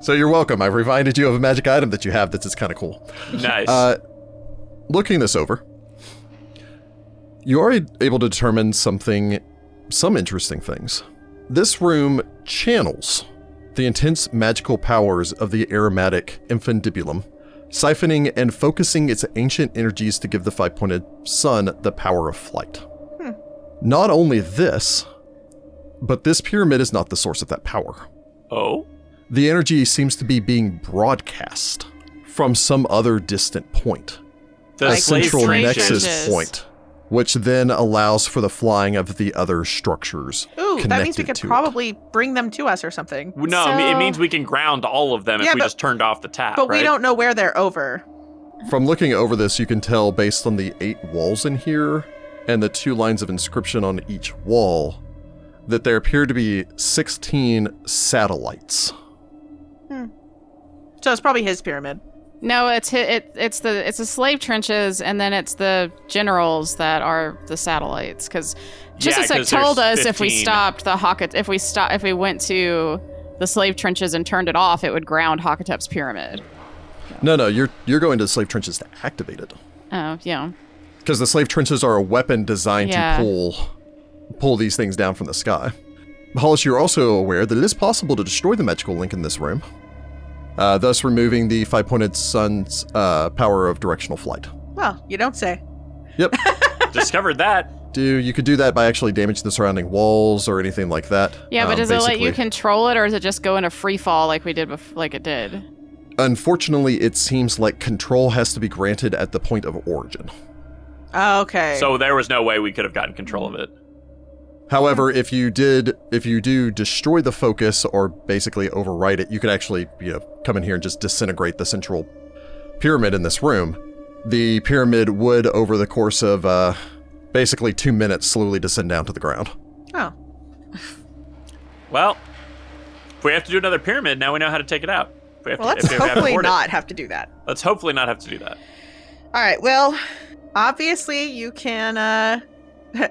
S1: So you're welcome. I've reminded you of a magic item that you have that's kind of cool.
S2: Nice.
S1: Uh, looking this over, you are able to determine something, some interesting things. This room channels the intense magical powers of the aromatic infundibulum, siphoning and focusing its ancient energies to give the five pointed sun the power of flight. Not only this, but this pyramid is not the source of that power
S2: oh,
S1: the energy seems to be being broadcast from some other distant point,
S2: the
S1: a
S2: slave
S1: central
S2: trade
S1: nexus
S4: churches.
S1: point, which then allows for the flying of the other structures.
S5: Ooh, that means we
S1: connected
S5: could
S1: to it.
S5: probably bring them to us or something.
S2: No, it me- it
S4: So-
S2: means we can ground all of them
S5: Yeah,
S2: if we
S5: but-
S2: just turned off the tap.
S5: But we
S2: right?
S5: don't know where they're over.
S1: From looking over this, you can tell based on the eight walls in here and the two lines of inscription on each wall that there appear to be 16 satellites.
S5: So it's probably his pyramid.
S4: No, it's hi- it, it's the it's the slave trenches, and then it's the generals that are the satellites. Because
S2: Yeah,
S4: Chisisek
S2: 'cause
S4: told us
S2: there's
S4: if we
S2: 15.
S4: stopped the Hawket, if we stop, if we went to the slave trenches and turned it off, it would ground Hakatep's pyramid.
S1: No, no, you're you're going to the slave trenches to activate it.
S4: Oh, yeah.
S1: because the slave trenches are a weapon designed
S4: Yeah.
S1: to pull pull these things down from the sky. Hollis, you're also aware that it is possible to destroy the magical link in this room, uh, thus removing the five-pointed sun's uh, power of directional flight.
S5: Well, you don't say.
S1: Yep,
S2: discovered that.
S1: do you could do that by actually damaging the surrounding walls or anything like that?
S4: Yeah, but
S1: Um,
S4: does it let you
S1: basically-
S4: control it, or does it just go into free fall like we did, bef- like it did?
S1: Unfortunately, it seems like control has to be granted at the point of origin.
S5: Okay.
S2: So there was no way we could have gotten control of it.
S1: However, if you did, if you do destroy the focus or basically override it, you could actually, you know, come in here and just disintegrate the central pyramid in this room. The pyramid would, over the course of uh, basically two minutes, slowly descend down to the ground.
S5: oh.
S2: Well, if we have to do another pyramid, now we know how to take it out. If we have
S5: Well,
S2: to,
S5: let's
S2: if we have to
S5: hopefully
S2: abort it.
S5: not have to do that.
S2: Let's hopefully not have to do that.
S5: All right. Well, obviously you can uh,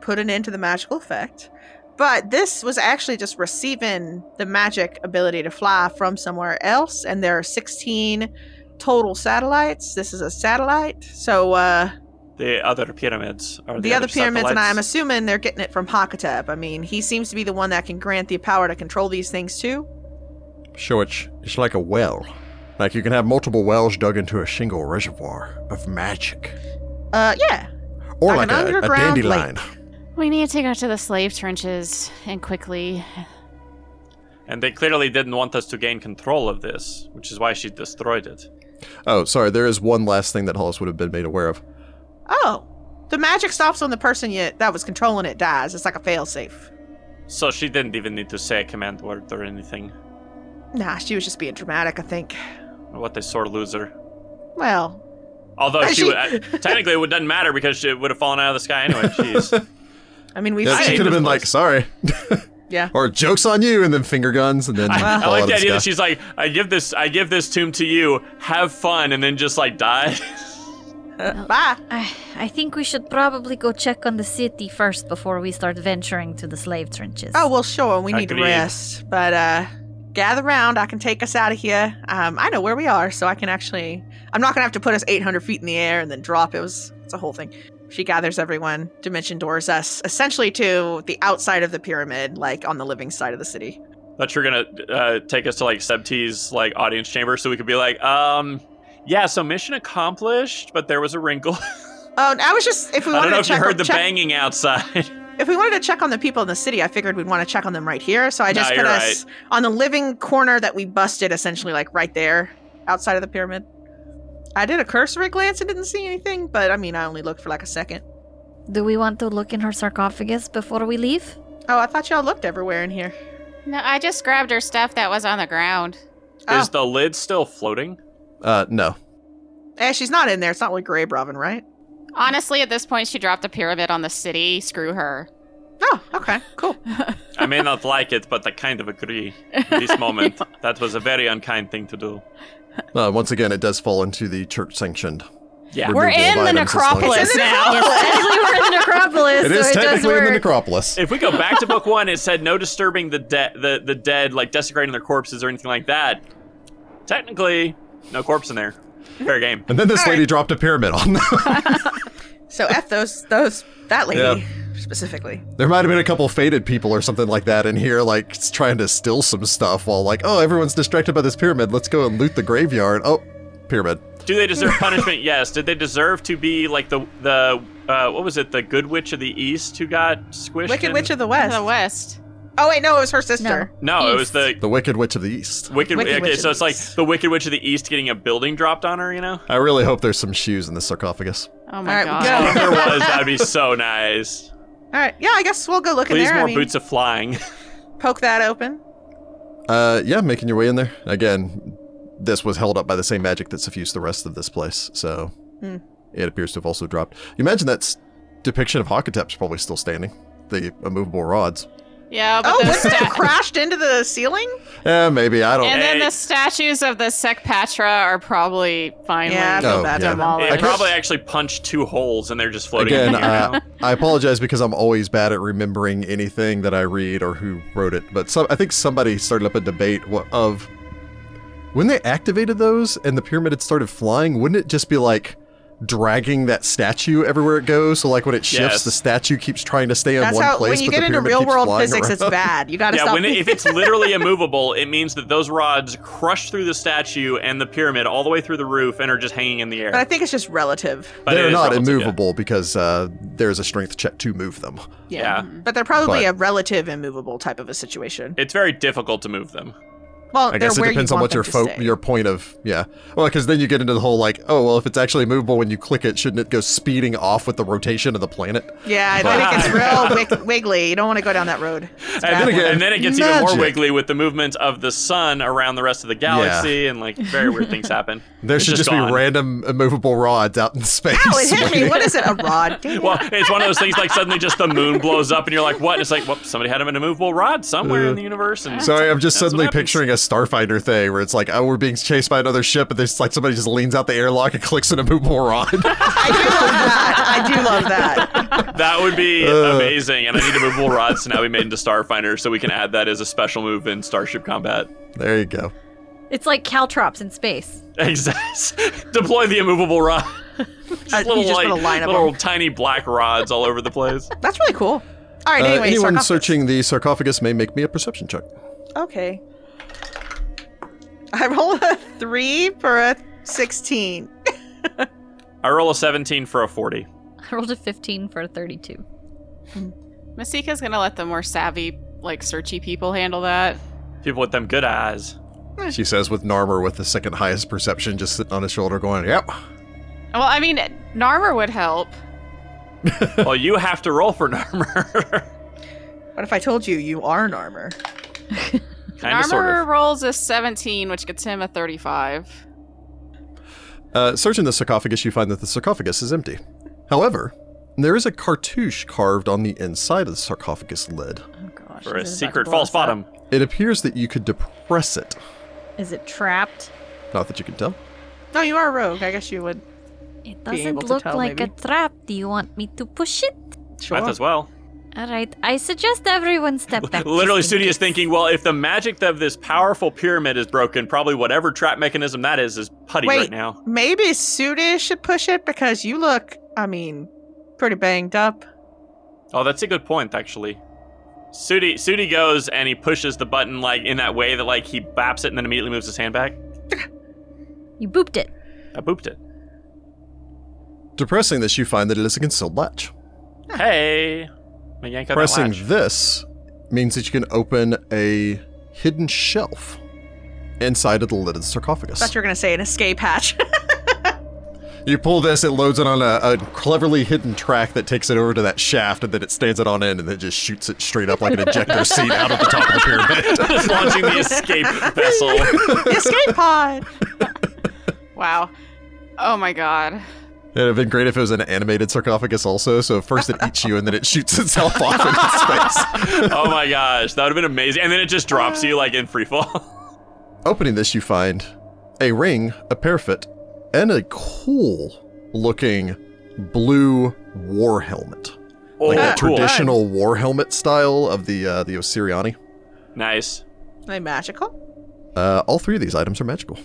S5: put an end to the magical effect, but this was actually just receiving the magic ability to fly from somewhere else, and there are 16 total satellites. This is a satellite, so uh,
S2: The other pyramids are the,
S5: the, other pyramids, and I'm
S2: satellites.
S5: assuming they're getting it from Hakatep. I mean, he seems to be the one that can grant the power to control these things too.
S1: So it's it's like a well, like you can have multiple wells dug into a single reservoir of magic,
S5: Uh, yeah.
S1: or like,
S5: Like an
S1: a, a
S5: underground
S1: dandelion.
S4: We need to take her to the slave trenches and quickly.
S2: And they clearly didn't want us to gain control of this, which is why she destroyed it.
S1: Oh, sorry, there is one last thing that Hollis would have been made aware of.
S5: Oh, the magic stops on the person you, that was controlling it dies. It's like a failsafe.
S2: So she didn't even need to say a command word or anything.
S5: Nah, she was just being dramatic, I think.
S2: What a sore loser.
S5: Well,
S2: Although she,
S5: She-
S2: would, uh, technically it would- doesn't matter because she would have fallen out of the sky anyway. Jeez.
S5: I mean, we've
S1: Yeah, she
S2: I hate
S5: seen.
S1: could have
S2: this
S1: been
S2: place.
S1: like, sorry.
S5: Yeah.
S1: Or jokes on you, and then finger guns, and then.
S2: I, I
S1: follow
S2: like the
S1: this
S2: idea
S1: guy.
S2: that she's like, I give this, I give this tomb to you. Have fun, and then just like die.
S5: Uh, Bye.
S3: I, I think we should probably go check on the city first before we start venturing to the slave trenches.
S5: Oh well, sure. We need to
S2: Agreed.
S5: rest, but uh, gather round. I can take us out of here. Um, I know where we are, so I can actually. I'm not gonna have to put us 800 feet in the air and then drop. It was. It's a whole thing. She gathers everyone. Dimension doors us essentially to the outside of the pyramid, like on the living side of the city.
S2: Thought you were gonna uh, take us to like Sebte's like audience chamber, so we could be like, um, yeah. So mission accomplished, but there was a wrinkle.
S5: Oh, and I was just if we
S2: I
S5: wanted
S2: don't know
S5: to
S2: if you
S5: check,
S2: heard the
S5: check-
S2: banging outside.
S5: if we wanted to check on the people in the city, I figured we'd want to check on them right here. So I
S2: No,
S5: just put
S2: you're
S5: us on the living corner that we busted, essentially, like right there outside of the pyramid. I did a cursory glance and didn't see anything, but I mean, I only looked for like a second.
S3: Do we want to look in her sarcophagus before we leave?
S5: Oh, I thought y'all looked everywhere in here.
S4: No, I just grabbed her stuff that was on the ground.
S5: Oh,
S2: Is the lid still floating?
S1: Uh, no.
S5: eh, she's not in there. It's not like Grave Robin, right?
S4: Honestly, at this point, she dropped a pyramid on the city. Screw her.
S5: Oh, okay, cool.
S2: I may not like it, but I kind of agree. at This moment, that was a very unkind thing to do.
S1: Uh, once again, it does fall into the church sanctioned.
S2: Yeah.
S4: We're
S1: removal
S4: in
S1: of
S4: the
S1: items as long as-
S4: necropolis
S5: It's in the
S4: now.
S3: Actually, we're in the necropolis,
S1: It
S3: so
S1: is
S3: it does
S1: technically in the
S3: work.
S1: necropolis.
S2: If we go back to book one, it said no disturbing the dead, the, the dead, like desecrating their corpses or anything like that. Technically, no corpse in there. Fair game.
S1: And then this
S5: All
S1: lady dropped a pyramid on them.
S5: So f those those that lady
S1: Yeah.
S5: specifically.
S1: there might have been a couple faded people or something like that in here, like s- trying to steal some stuff while, like, oh, everyone's distracted by this pyramid. Let's go and loot the graveyard. Oh, pyramid.
S2: Do they deserve punishment? yes. Did they deserve to be like the the uh, what was it? The good witch of the east who got squished.
S5: Wicked
S2: in-
S5: Witch of the
S4: To
S5: West.
S4: the west.
S5: Oh wait, no, it was her sister.
S2: No, it was the
S1: The Wicked Witch of the East.
S2: wicked.
S5: Wicked
S2: okay,
S5: Witch
S2: so
S5: of
S2: it's
S5: the
S2: like
S5: East.
S2: the wicked witch of the east getting a building dropped on her. You know,
S1: I really hope there's some shoes in the sarcophagus.
S4: Oh my
S5: All right, we
S4: god.
S2: if there was, that'd be so nice.
S5: All right, yeah, I guess we'll go look in
S2: Please,
S5: there.
S2: more
S5: I mean,
S2: boots of flying.
S5: poke that open.
S1: Uh, yeah, making your way in there. Again, this was held up by the same magic that suffused the rest of this place, so
S5: Hmm.
S1: it appears to have also dropped. You imagine that s- depiction of Hotchkotep's probably still standing, the immovable rods.
S4: Yeah, but
S5: Oh,
S4: the
S5: wouldn't it have
S4: sta-
S5: crashed into the ceiling?
S1: Yeah, Eh, maybe I don't.
S4: and then
S2: Hey.
S4: the statues of the Sekpatra are probably finally
S5: Yeah, I feel
S1: Oh,
S5: bad.
S1: yeah.
S5: for them.
S1: I
S2: It
S1: could-
S2: probably actually punched two holes and they're just floating
S1: Again,
S2: in the air
S1: uh,
S2: now.
S1: I apologize because I'm always bad at remembering anything that I read or who wrote it. But some, I think somebody started up a debate wha- of when they activated those and the pyramid had started flying. Wouldn't it just be like dragging that statue everywhere it goes? So like when it shifts,
S2: Yes.
S1: the statue keeps trying to stay in
S5: That's
S1: one
S5: how
S1: place.
S5: when you
S1: but the
S5: get into
S1: pyramid
S5: real
S1: keeps
S5: world
S1: flying
S5: physics, it's
S1: around.
S5: bad. You gotta
S2: Yeah,
S5: stop.
S2: when it, if it's literally immovable, it means that those rods crush through the statue and the pyramid all the way through the roof and are just hanging in the air.
S5: but I think it's just relative.
S2: But it
S1: they're
S2: is
S1: not
S2: relative, yeah.
S1: immovable because uh, there's a strength check to move them.
S2: Yeah.
S5: But they're probably
S1: But-
S5: a relative immovable type of a situation.
S2: It's very difficult to move them.
S5: Well,
S1: I guess it
S5: they're where
S1: depends
S5: you
S1: on
S5: want
S1: what your
S5: them
S1: fo-
S5: to stay.
S1: your point of yeah. Well, because then you get into the whole like, oh well, if it's actually movable when you click it, shouldn't it go speeding off with the rotation of the planet?
S5: Yeah, I
S1: But-
S5: think it's real wig- wiggly. You don't want to go down that road.
S2: And,
S5: It's bad.
S1: again,
S2: and then it gets even more
S1: magic.
S2: wiggly with the movement of the sun around the rest of the galaxy and like very weird things happen.
S1: There
S2: It's
S1: should just,
S2: gone.
S1: be random immovable rods out in space.
S5: Ow, it hit me.
S1: waiting.
S5: What is it? A rod? Dang it.
S2: Well, it's one of those things like suddenly just the moon blows up and you're like, what? It's like, whoops, somebody had him an immovable rod somewhere in the universe. And
S1: Uh, Sorry, I'm just
S2: That's what
S1: suddenly
S2: happens.
S1: picturing a Starfinder thing where it's like, oh, we're being chased by another ship, but there's like somebody just leans out the airlock and clicks an immovable rod.
S5: I do love that. I do love that.
S2: That would be
S1: Uh.
S2: amazing. And I need immovable rods to now be made into Starfinder so we can add that as a special move in Starship Combat.
S1: there you go.
S3: It's like caltrops in space.
S2: Exactly. Deploy the immovable rod. Just
S5: Uh, you
S2: little
S5: just
S2: like,
S5: put a line of
S2: little
S5: them.
S2: tiny black rods all over the place.
S5: That's really cool. All right.
S1: Uh,
S5: Anyway,
S1: anyone
S5: sarcophagus.
S1: searching the sarcophagus may make me a perception check.
S5: Okay. I rolled a three for a sixteen.
S2: I roll a 17 for a 40.
S3: I rolled a 15 for a 32.
S4: Masika's gonna let the more savvy, like searchy people handle that.
S2: People with them good eyes.
S1: She says with Narmer with the second highest perception just sitting on his shoulder going, yep.
S4: Well, I mean, Narmer would help.
S2: Well, you have to roll for Narmer.
S5: What if I told you you are an armor?
S2: kind of, sort
S4: Narmer
S2: of.
S4: rolls a 17, which gets him a 35.
S1: Uh, searching the sarcophagus, you find that the sarcophagus is empty. However, There is a cartouche carved on the inside of the sarcophagus lid.
S3: Oh gosh.
S2: for a
S3: this is about to
S2: secret
S3: blow
S2: false
S3: us up.
S2: bottom.
S1: It appears that you could depress it.
S3: Is it trapped?
S1: Not that you can tell.
S5: No, you are a rogue. I guess you would.
S3: It
S5: Being
S3: doesn't
S5: able to
S3: look
S5: tell,
S3: like
S5: maybe.
S3: a trap. Do you want me to push it?
S5: Sure.
S2: Might as well.
S3: All right. I suggest everyone step back.
S2: Literally,
S3: just in
S2: Sudi is
S3: case.
S2: thinking, well, if the magic of this powerful pyramid is broken, probably whatever trap mechanism that is is putty
S5: Wait.
S2: right now.
S5: Maybe Sudi should push it because you look, I mean, pretty banged up.
S2: Oh, that's a good point, actually. Sudi Sudi goes and he pushes the button like in that way that like he baps it and then immediately moves his hand back.
S3: You booped it.
S2: I booped it.
S1: Depressing this, you find that it is a concealed latch.
S2: Hey, I'm gonna yank out that
S1: Pressing
S2: latch.
S1: this means that you can open a hidden shelf inside of the lid of the sarcophagus.
S5: thought you were going to say an escape hatch.
S1: You pull this, it loads it on a, a cleverly hidden track that takes it over to that shaft, and then it stands it on end, and then just shoots it straight up like an ejector seat out of the top of the pyramid.
S2: Just launching the escape vessel.
S5: escape pod.
S4: Wow. Oh my god.
S1: It'd have been great if it was an animated sarcophagus, also. So first it eats you, and then it shoots itself off into space.
S2: Oh my gosh, that would have been amazing. And then it just drops you like in free fall.
S1: Opening this, you find a ring, a parafet, and a cool-looking blue war helmet,
S2: Oh,
S1: like a
S2: cool.
S1: traditional war helmet style of the uh, the Osiriani.
S2: Nice.
S5: Am I magical?
S1: Uh, all three of these items are magical.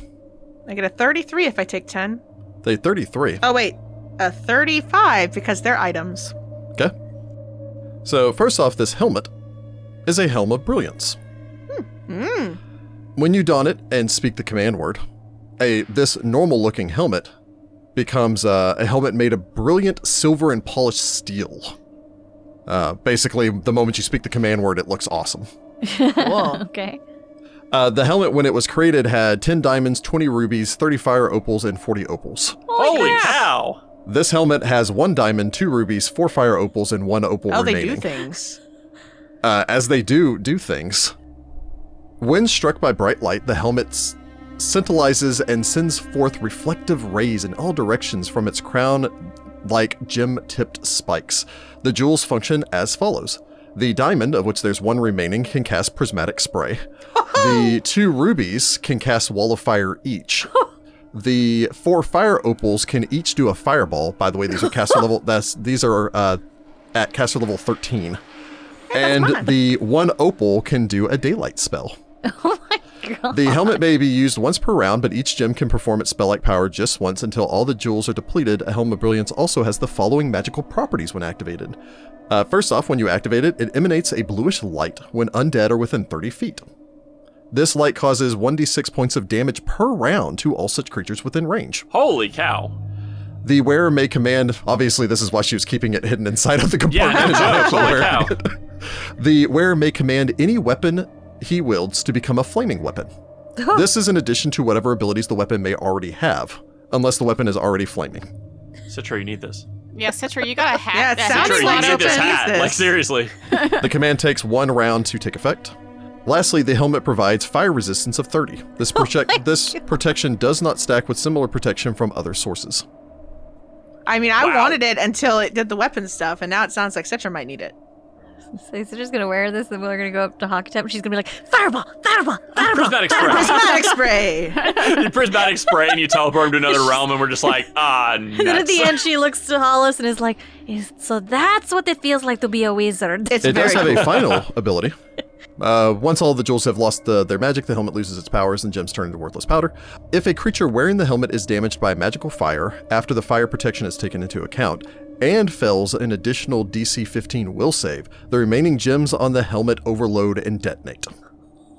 S5: I get a 33 if I take 10.
S1: They 33.
S5: Oh, wait. A 35 because they're items.
S1: Okay. So, first off, this helmet is a helm of brilliance.
S5: Mm.
S1: When you don it and speak the command word, a this normal looking helmet becomes uh, a helmet made of brilliant silver and polished steel. Uh, basically, the moment you speak the command word, it looks awesome.
S5: Cool.
S3: Okay.
S1: Uh, the helmet, when it was created, had 10 diamonds, 20 rubies, 30 fire opals, and 40 opals.
S2: Holy,
S5: crap.
S2: cow!
S1: This helmet has one diamond, two rubies, four fire opals, and one opal
S5: Oh, they
S1: remaining.
S5: do things.
S1: uh, as they do do things. When struck by bright light, the helmet s- scintillizes and sends forth reflective rays in all directions from its crown like gem tipped spikes. The jewels function as follows the diamond, of which there's one remaining, can cast prismatic spray. The two rubies can cast wall of fire each. The four fire opals can each do a fireball. By the way, these are caster level. That's these are uh, at caster level thirteen and the one opal can do a daylight spell.
S3: Oh my god.
S1: The helmet may be used once per round, but each gem can perform its spell-like power just once until all the jewels are depleted. A helm of brilliance also has the following magical properties when activated. Uh, first off, when you activate it, it emanates a bluish light when undead are within 30 feet. This light causes 1d6 points of damage per round to all such creatures within range.
S2: Holy cow!
S1: The wearer may command. Obviously, this is why she was keeping it hidden inside of the
S2: Yeah,
S1: compartment.
S2: no
S1: is not
S2: joke,
S1: actually
S2: holy
S1: wearing
S2: cow.
S1: it. The wearer may command any weapon he wields to become a flaming weapon.
S3: Oh.
S1: this is in addition to whatever abilities the weapon may already have, unless the weapon is already flaming.
S2: Citra, you need this.
S4: Yeah, Citra, you got a hat.
S5: Yeah, it
S4: that
S5: sounds
S4: has
S2: Citra, you
S4: a
S5: Honestly,
S4: lot
S5: like
S2: need
S4: of-
S2: this
S5: open.
S2: hat.
S5: Use this.
S2: Like seriously.
S1: the command takes one round to take effect. Lastly, the helmet provides fire resistance of 30. This, project, this protection does not stack with similar protection from other sources.
S5: I mean, I
S2: Wow.
S5: wanted it until it did the weapon stuff, and now it sounds like Citra might need it.
S3: So you're just gonna wear this, and we're gonna go up to Hawktep, and she's gonna be like, "Fireball! Fireball! Fireball!"
S2: Prismatic spray.
S5: Prismatic spray.
S2: you prismatic spray and you teleport him to another realm, and we're just like, ah,
S3: And then at
S2: nuts.
S3: the end, she looks to Hollis and is like, is, "So that's what it feels like to be a wizard."
S5: It's
S1: it
S5: very
S1: does have
S5: cool.
S1: a final ability. Uh, once all the jewels have lost the, their magic, the helmet loses its powers and gems turn into worthless powder. If a creature wearing the helmet is damaged by magical fire, after the fire protection is taken into account, and fails an additional DC 15 will save, the remaining gems on the helmet overload and detonate.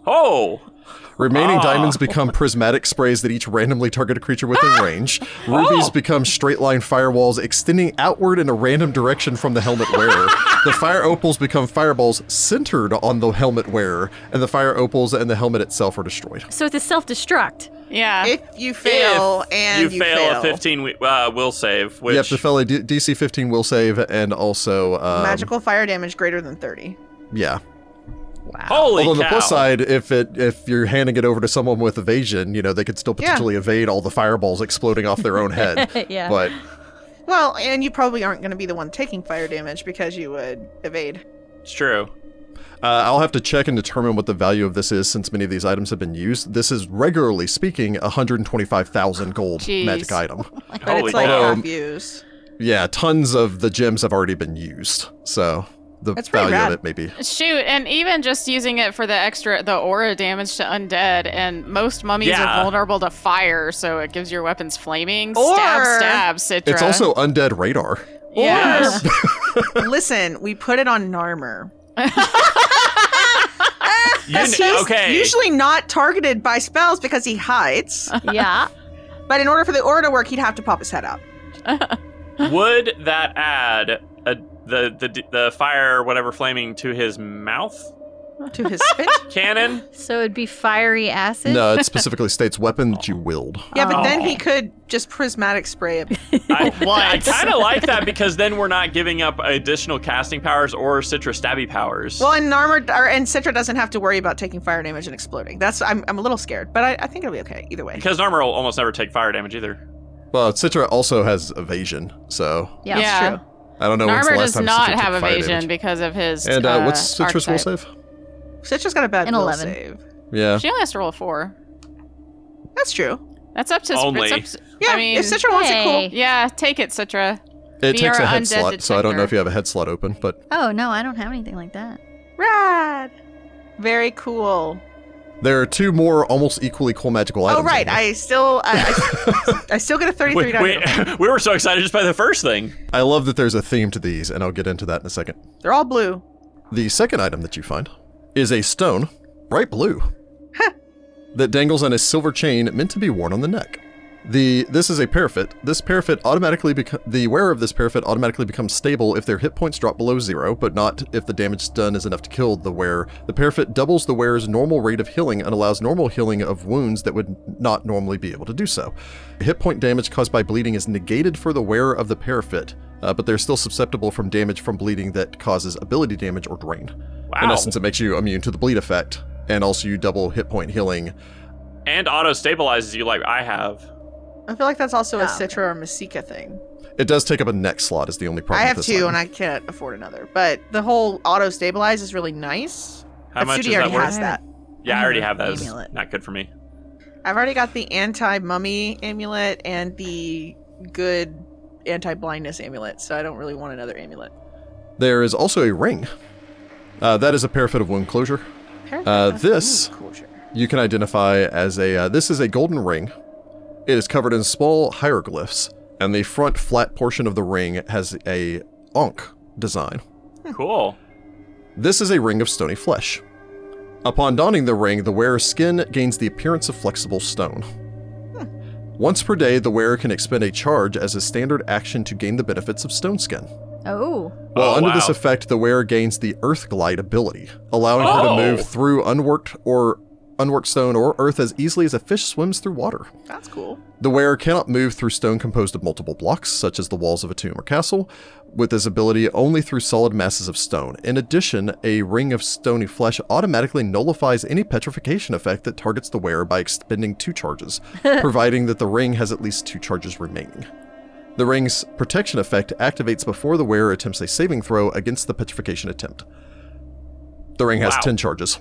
S2: Oh,
S1: Remaining
S2: Ah.
S1: diamonds become prismatic sprays that each randomly target a creature
S2: Ah!
S1: within range. Rubies
S2: Oh.
S1: become straight line firewalls extending outward in a random direction from the helmet wearer. the fire opals become fireballs centered on the helmet wearer, and the fire opals and the helmet itself are destroyed.
S3: so it's a self-destruct.
S4: yeah.
S5: If you fail
S2: if
S5: and
S2: you,
S5: you
S2: fail, a 15 we- uh, will save, which
S1: You have to fail a D- DC 15 will save, and also um,
S5: magical fire damage greater than 30.
S1: Yeah.
S2: holy
S1: Although on the
S2: cow.
S1: plus side, if it if you're handing it over to someone with evasion, you know they could still
S5: Yeah.
S1: potentially evade all the fireballs exploding off their own head.
S3: Yeah.
S1: But
S5: Well, and you probably aren't going to be the one taking fire damage because you would evade.
S2: It's true.
S1: Uh, I'll have to check and determine what the value of this is since many of these items have been used. This is regularly speaking 125,000 gold
S4: Jeez.
S1: magic item.
S5: But
S2: Holy
S5: it's like
S2: cow.
S5: half use.
S1: Yeah, tons of the gems have already been used. So the
S5: That's pretty
S1: value
S5: rad.
S1: of it may be.
S4: Shoot, and even just using it for the extra, the aura damage to undead, and most mummies
S2: Yeah.
S4: are vulnerable to fire, so it gives your weapons flaming.
S5: Or-
S4: stab, stab, Citra.
S1: It's also undead radar.
S4: yeah.
S5: Listen, we put it on Narmer.
S2: You kn-
S5: He's
S2: okay.
S5: usually not targeted by spells because he
S2: Uh.
S5: hides.
S3: yeah.
S5: but in order for the aura to work, he'd have to pop his head out.
S2: Would that add a, the the the fire whatever flaming to his mouth
S5: To his spit?
S2: cannon?
S3: So it'd be fiery acid.
S1: No, it specifically states weapon that you willed.
S5: yeah, but then
S2: Oh.
S5: he could just prismatic spray it.
S2: I, I
S4: What?
S2: kind of like that because then we're not giving up additional casting powers or Citra stabby powers.
S5: Well, and Narmer or, and Citra doesn't have to worry about taking fire damage and exploding. That's I'm, I'm a little scared, but I, I think it'll be okay either way.
S2: because armor will almost never take fire damage either.
S1: Well, Citra also has evasion, so
S3: Yeah.
S4: Yeah.
S5: That's
S1: I don't know when's the
S4: Narmer
S1: last
S4: does
S1: time
S4: not
S1: Citra took
S4: have
S1: fire
S4: evasion
S1: damage.
S4: because of his.
S1: And uh, what's
S4: uh,
S1: Citra's will
S4: archetype.
S1: save?
S5: Citra's got a bad
S3: An
S5: will
S3: 11.
S5: save.
S1: Yeah.
S4: She only has to roll four.
S5: That's true.
S4: That's up to
S2: Only.
S4: It's up to-
S5: Yeah,
S4: I mean,
S5: if Citra wants it, cool.
S3: hey.
S4: yeah, take it, Citra.
S1: It
S4: Be
S1: takes
S4: our
S1: a head
S4: undead
S1: slot, so I don't know
S4: detector.
S1: if you have a head slot open, but
S3: Oh no, I don't have anything like that.
S5: Rad. Very cool.
S1: there are two more almost equally cool magical items.
S5: oh right,
S1: in here.
S5: I still I, I, I still get a
S2: We,
S5: 33
S2: we,
S5: diamond.
S2: we were so excited just by the first thing.
S1: I love that there's a theme to these, and I'll get into that in a second.
S5: They're all blue.
S1: The second item that you find is a stone, bright blue, that dangles on a silver chain meant to be worn on the neck. The this is a parafit. This parafit automatically beco- the wearer of this parafit automatically becomes stable if their hit points drop below zero, but not if the damage done is enough to kill the wearer. The parafit doubles the wearer's normal rate of healing and allows normal healing of wounds that would not normally be able to do so. Hit point damage caused by bleeding is negated for the wearer of the parafit, uh, but they're still susceptible from damage from bleeding that causes ability damage or drain. In
S2: Wow.
S1: essence, it makes you immune to the bleed effect, and also you double hit point healing.
S2: And auto stabilizes you like I have.
S5: I feel like that's also a
S3: Oh, okay.
S5: Citra or Masika thing.
S1: It does take up a neck slot, is the only problem.
S5: I have
S1: with
S5: two,
S1: this
S5: and I can't afford another. But the whole auto stabilize is really nice.
S2: How
S5: But
S2: much
S5: Sudi
S2: is that
S5: already
S2: worth?
S5: has that.
S2: Yeah, I already have that. It's
S3: Amulet.
S2: not good for me.
S5: I've already got the anti mummy amulet and the good anti blindness amulet, so I don't really want another amulet.
S1: There is also a ring. Uh, that is a parafit of wound closure. Uh, this-
S5: Closure.
S1: You can identify as a. Uh, this is a golden ring. It is covered in small hieroglyphs, and the front flat portion of the ring has a ankh design.
S5: Hmm.
S2: Cool.
S1: This is a ring of stony flesh. Upon donning the ring, the wearer's skin gains the appearance of flexible stone. Once per day, the wearer can expend a charge as a standard action to gain the benefits of stone skin.
S3: Oh.
S1: While
S2: Oh,
S1: under this
S2: wow.
S1: effect, the wearer gains the earth glide ability, allowing her
S2: Oh.
S1: to move through unworked or unworked stone or earth as easily as a fish swims through water.
S5: That's cool.
S1: The wearer cannot move through stone composed of multiple blocks, such as the walls of a tomb or castle, with this ability only through solid masses of stone. In addition, a ring of stony flesh automatically nullifies any petrification effect that targets the wearer by expending two charges, providing that the ring has at least two charges remaining. The ring's protection effect activates before the wearer attempts a saving throw against the petrification attempt. The ring has
S2: Wow.
S1: 10 charges.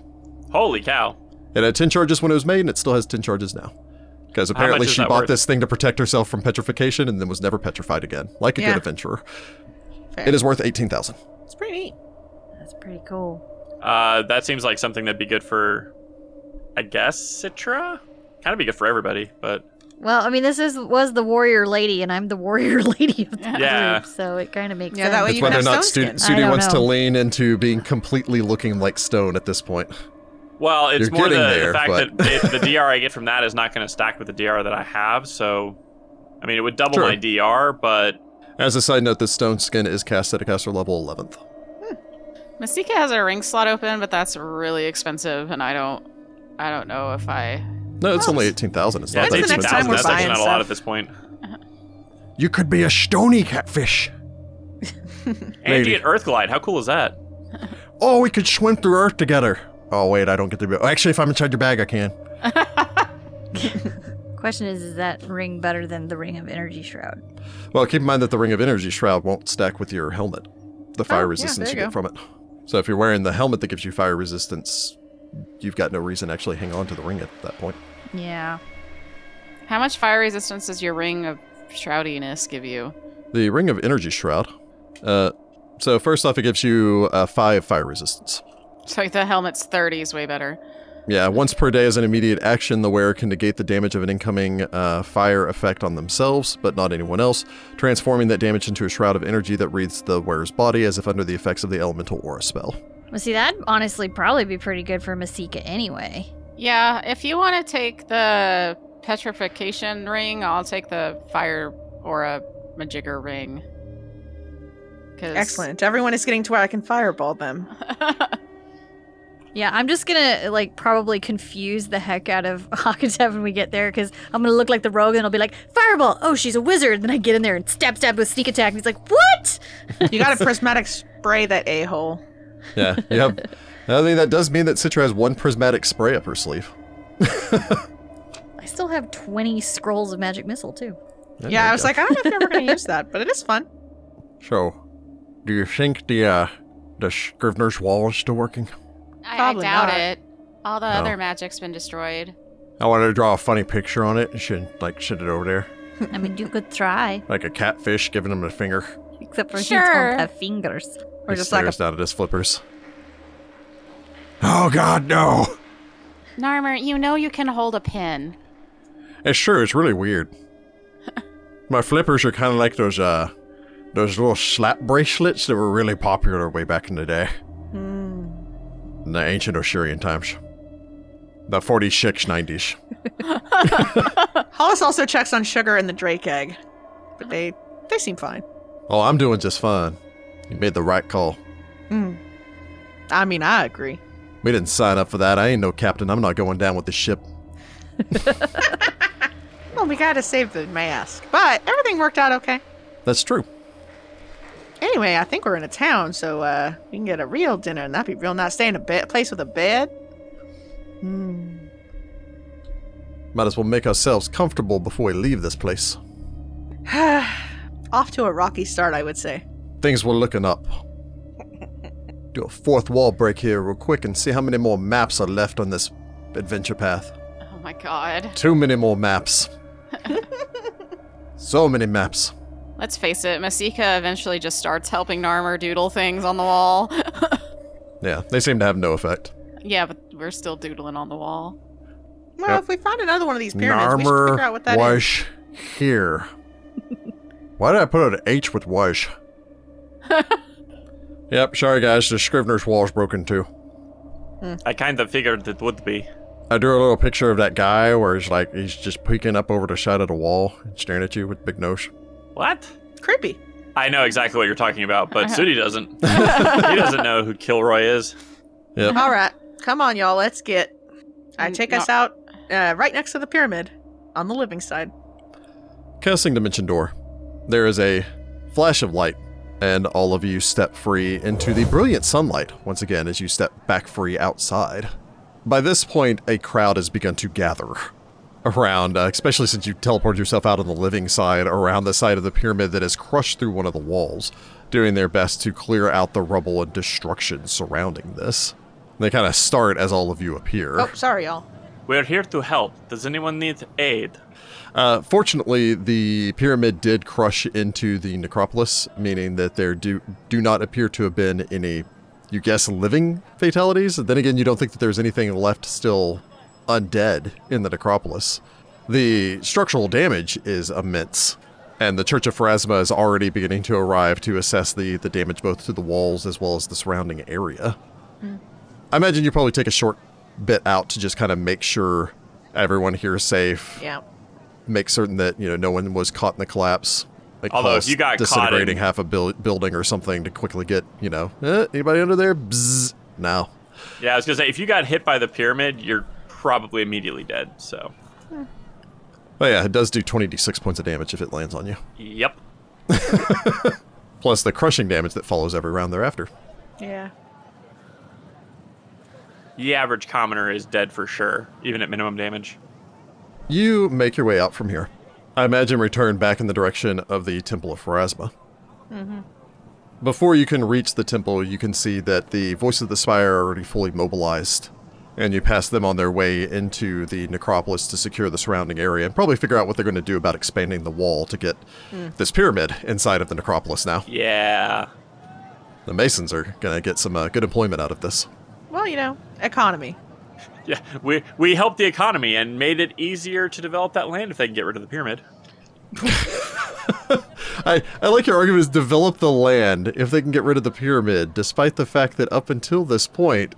S2: Holy cow.
S1: It had 10 charges when it was made, and it still has 10 charges now. Because apparently
S2: is
S1: she
S2: that
S1: bought
S2: worth?
S1: this thing to protect herself from petrification and then was never petrified again, like a
S5: Yeah.
S1: good adventurer.
S5: Fair.
S1: It is worth 18,000.
S5: It's pretty neat.
S3: That's pretty cool.
S2: Uh, that seems like something that'd be good for, I guess, Citra. Kind of be good for everybody, but
S3: Well, I mean, this is was the warrior lady, and I'm the warrior lady of the
S2: Yeah.
S3: group, so it kind of makes
S5: Yeah,
S3: sense.
S5: that way But
S1: That's
S5: you
S1: whether or
S5: can have
S1: not
S5: stone
S1: Sudi
S3: skin. I don't
S1: wants to
S3: know.
S1: lean into being completely looking like stone at this point.
S2: well, it's
S1: You're
S2: more the,
S1: getting
S2: the
S1: there,
S2: fact
S1: but-
S2: that it, the DR I get from that is not going to stack with the DR that I have. So, I mean, it would double
S1: Sure.
S2: my DR, but
S1: As a side note, this stone skin is cast at a caster level 11th.
S4: Masika has a ring slot open, but that's really expensive, and I don't, I don't know if I.
S1: No, it's only 18,000. It's
S2: yeah,
S1: not
S2: it's
S1: that
S5: When's the
S2: eighteen
S5: next time
S1: expensive.
S2: thousand.
S5: we're
S2: That's actually
S5: buying
S2: not a lot
S5: stuff?
S2: at this point.
S1: You could be a stony catfish.
S2: And
S1: Lady.
S2: you get Earth Glide. How cool is that?
S1: Oh, we could swim through Earth together. Oh, wait, I don't get to be. oh, Actually, if I'm inside your bag, I can.
S3: Question is, is that ring better than the ring of energy shroud?
S1: Well, keep in mind that the Ring of Energy Shroud won't stack with your helmet, the fire
S5: Oh, yeah,
S1: resistance
S5: there
S1: you
S5: you
S1: get from it. So if you're wearing the helmet that gives you fire resistance, you've got no reason to actually hang on to the ring at that point.
S4: Yeah. How much fire resistance does your ring of shroudiness give you?
S1: The Ring of Energy Shroud. Uh, so first off, it gives you uh, five fire resistance.
S4: So the helmet's 30 is way better.
S1: Yeah, once per day as an immediate action, the wearer can negate the damage of an incoming uh, fire effect on themselves, but not anyone else, transforming that damage into a shroud of energy that wreathes the wearer's body as if under the effects of the elemental aura spell.
S3: Well, see, that'd honestly probably be pretty good for Masika anyway.
S4: Yeah, if you want to take the petrification ring, I'll take the fire aura majigger ring. 'Cause-
S5: Excellent. Everyone is getting to where I can fireball them.
S3: Yeah, I'm just gonna like probably confuse the heck out of Hakatev when we get there because I'm gonna look like the rogue and I'll be like, Fireball! Oh, she's a wizard! Then I get in there and stab stab with sneak attack and he's like, What?
S5: You got a prismatic spray that a hole.
S1: Yeah, yep. I mean, that does mean that Citra has one prismatic spray up her sleeve.
S3: I still have 20 scrolls of magic missile too.
S5: Yeah, I was like, I don't know if you're ever going to use that, but it is fun.
S1: So, do you think the uh, the Scrivener's wall is still working?
S4: I, I
S5: Probably
S4: doubt
S5: not.
S4: it. All the
S1: No.
S4: other magic's been destroyed.
S1: I wanted to draw a funny picture on it and should like send it over there,
S3: I mean, you could try,
S1: like a catfish giving him a finger.
S3: except for he
S4: Sure.
S3: don't have fingers.
S1: he
S5: Or just like
S1: stares
S5: a
S1: down at his flippers. Oh God, no!
S4: Narmer, you know you can hold a pin.
S1: It's sure it's really weird. My flippers are kind of like those uh, those little slap bracelets that were really popular way back in the day. In the ancient Oshirian times. The 46 90s.
S5: Hollis also checks on sugar and the drake egg, but they they seem fine.
S1: Oh, I'm doing just fine. You made the right call.
S5: Hmm. I mean, I agree.
S1: We didn't sign up for that. I ain't no captain. I'm not going down with the ship.
S5: Well, we got to save the mask, but everything worked out okay.
S1: That's true.
S5: Anyway, I think we're in a town, so uh, we can get a real dinner, and that'd be real nice. Stay in a be- place with a bed.
S1: Might as well make ourselves comfortable before we leave this place.
S5: Off to a rocky start, I would say.
S1: Things were looking up. Do a fourth wall break here, real quick, and see how many more maps are left on this adventure path.
S4: Oh my god.
S1: Too many more maps. so many maps.
S4: Let's face it, Masika eventually just starts helping Narmer doodle things on the wall.
S1: Yeah, they seem to have no effect.
S4: yeah, but we're still doodling on the wall.
S5: Well,
S1: Yep.
S5: if we find another one of these pyramids, we should figure out
S1: Narmer
S5: what that is.
S1: was here. Why did I put an H with was? yep, sorry guys, the Scrivener's wall's broken too.
S2: I kind of figured it would be.
S1: I drew a little picture of that guy where he's like he's just peeking up over the side of the wall and staring at you with big nose.
S2: What?
S5: Creepy.
S2: I know exactly what you're talking about, but Sudi doesn't. he doesn't know who Kilroy is.
S1: Yep.
S5: All right, come on, y'all. Let's get. I
S4: Mm,
S5: take
S4: no-
S5: us out uh, right next to the pyramid, on the living side.
S1: Casting dimension door. There is a flash of light, and all of you step free into the brilliant sunlight once again as you step back free outside. By this point, a crowd has begun to gather around, uh, especially since you teleported yourself out on the living side around the side of the pyramid that has crushed through one of the walls, doing their best to clear out the rubble and destruction surrounding this. They kind of start as all of you appear.
S5: Oh, sorry, y'all.
S2: We're here to help. Does anyone need aid?
S1: Uh, fortunately, the pyramid did crush into the necropolis, meaning that there do do not appear to have been any, you guess, living fatalities. Then again, you don't think that there's anything left still undead in the necropolis. The structural damage is immense, and the Church of Pharasma is already beginning to arrive to assess the, the damage both to the walls as well as the surrounding area. I imagine you probably take a short bit out to just kind of make sure everyone here is safe
S5: Yeah.
S1: make certain that you know no one was caught in the collapse. Like
S2: Although if
S1: caused
S2: you got caught
S1: disintegrating
S2: in-
S1: half a buil- building or something to quickly get you know eh, anybody under there? Bzzz. No,
S2: Yeah, I was gonna say if you got hit by the pyramid, you're probably immediately dead. So,
S1: but Oh, yeah, it does do twenty d six points of damage if it lands on you,
S2: yep.
S1: plus the crushing damage that follows every round thereafter.
S5: Yeah.
S2: The average commoner is dead for sure, even at minimum damage.
S1: You make your way out from here. I imagine return back in the direction of the Temple of Pharasma. Before you can reach the temple, you can see that the Voice of the Spire are already fully mobilized, and you pass them on their way into the necropolis to secure the surrounding area and probably figure out what they're going to do about expanding the wall to get this pyramid inside of the necropolis now.
S2: Yeah.
S1: The Masons are going to get some uh, good employment out of this.
S5: Well, you know, economy.
S2: Yeah. We we helped the economy and made it easier to develop that land if they can get rid of the pyramid.
S1: I, I like your argument is develop the land if they can get rid of the pyramid, despite the fact that up until this point,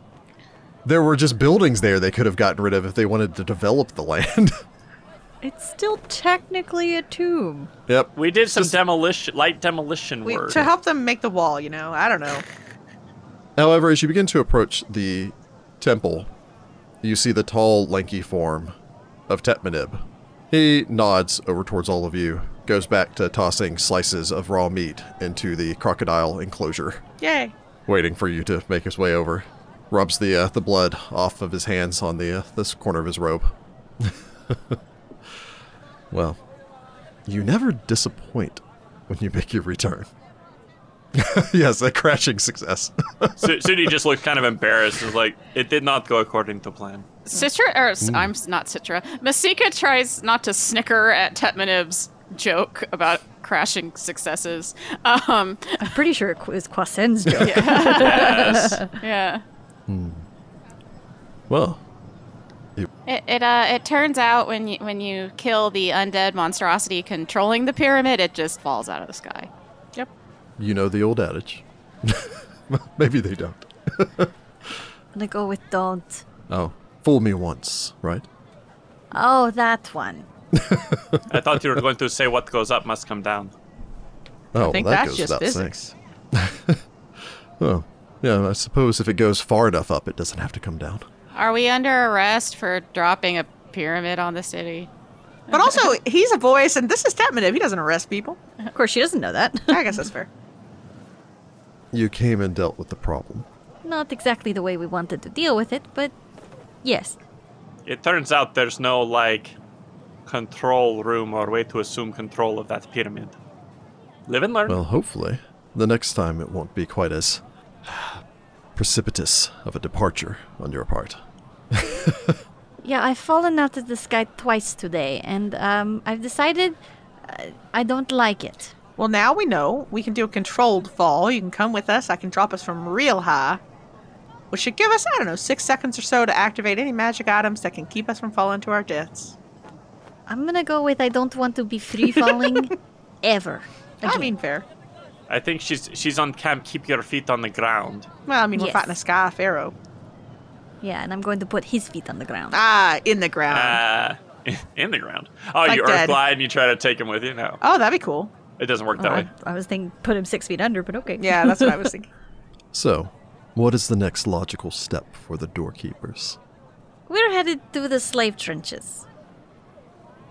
S1: there were just buildings there they could have gotten rid of if they wanted to develop the land.
S3: It's still technically a tomb.
S1: yep.
S2: We did some demolition, light demolition
S5: We,
S2: work.
S5: to help them make the wall, you know. I don't know.
S1: However, as you begin to approach the temple, you see the tall, lanky form of Tetmanib. He nods over towards all of you, goes back to tossing slices of raw meat into the crocodile enclosure,
S5: Yay.
S1: waiting for you to make his way over. Rubs the uh, the blood off of his hands on the uh, this corner of his robe. well, you never disappoint when you make your return. yes, a crashing success.
S2: Su- Sudi just looked kind of embarrassed. Is like, it did not go according to plan.
S4: Mm. Citra, or s- I'm s- not Citra. Masika tries not to snicker at Tetmanib's joke about crashing successes. Um,
S3: I'm pretty sure it qu- is Kwasen's joke.
S2: Yes.
S4: yeah.
S1: well,
S4: It it, uh, it turns out when you when you kill the undead monstrosity controlling the pyramid, it just falls out of the sky.
S5: Yep.
S1: You know the old adage. Maybe they don't.
S3: I'm gonna go with don't.
S1: Oh, fool me once, right?
S3: Oh, that one.
S2: I thought you were going to say what goes up must come down.
S1: Oh,
S5: I think
S1: well, that
S5: that's
S1: goes
S5: just
S1: without saying.
S5: physics.
S1: Oh, yeah. I suppose if it goes far enough up, it doesn't have to come down.
S4: Are we under arrest for dropping a pyramid on the city?
S5: But also, he's a voice, and this is Tetmanib. He doesn't arrest people.
S3: Of course, she doesn't know that.
S5: I guess that's fair.
S1: You came and dealt with the problem.
S3: Not exactly the way we wanted to deal with it, but yes.
S2: It turns out there's no like control room or way to assume control of that pyramid. Live and learn.
S1: Well, hopefully, the next time it won't be quite as precipitous of a departure on your part.
S3: Yeah, I've fallen out of the sky twice today, and um, I've decided uh, I don't like it.
S5: Well, now we know we can do a controlled fall. You can come with us. I can drop us from real high, which should give us, I don't know, six seconds or so to activate any magic items that can keep us from falling to our deaths.
S3: I'm gonna go with I don't want to be free falling ever.
S5: I
S3: again.
S5: mean, fair.
S2: I think she's she's on camp. Keep your feet on the ground.
S5: Well, I mean, we're
S3: Yes.
S5: fighting a sky pharaoh.
S3: yeah, and I'm going to put his feet on the ground.
S5: Ah, in the ground.
S2: Uh, in the ground. Oh,
S5: Uh-huh. Like
S2: you
S5: dead.
S2: earthglide and you try to take him with you. No,
S5: oh, that'd be cool.
S2: it doesn't work
S3: Oh,
S2: that
S3: I,
S5: Uh-huh.
S2: way.
S3: I was thinking put him six feet under, but okay.
S5: Yeah, that's what I was thinking.
S1: So, what is the next logical step for the doorkeepers?
S3: We're headed to the slave trenches.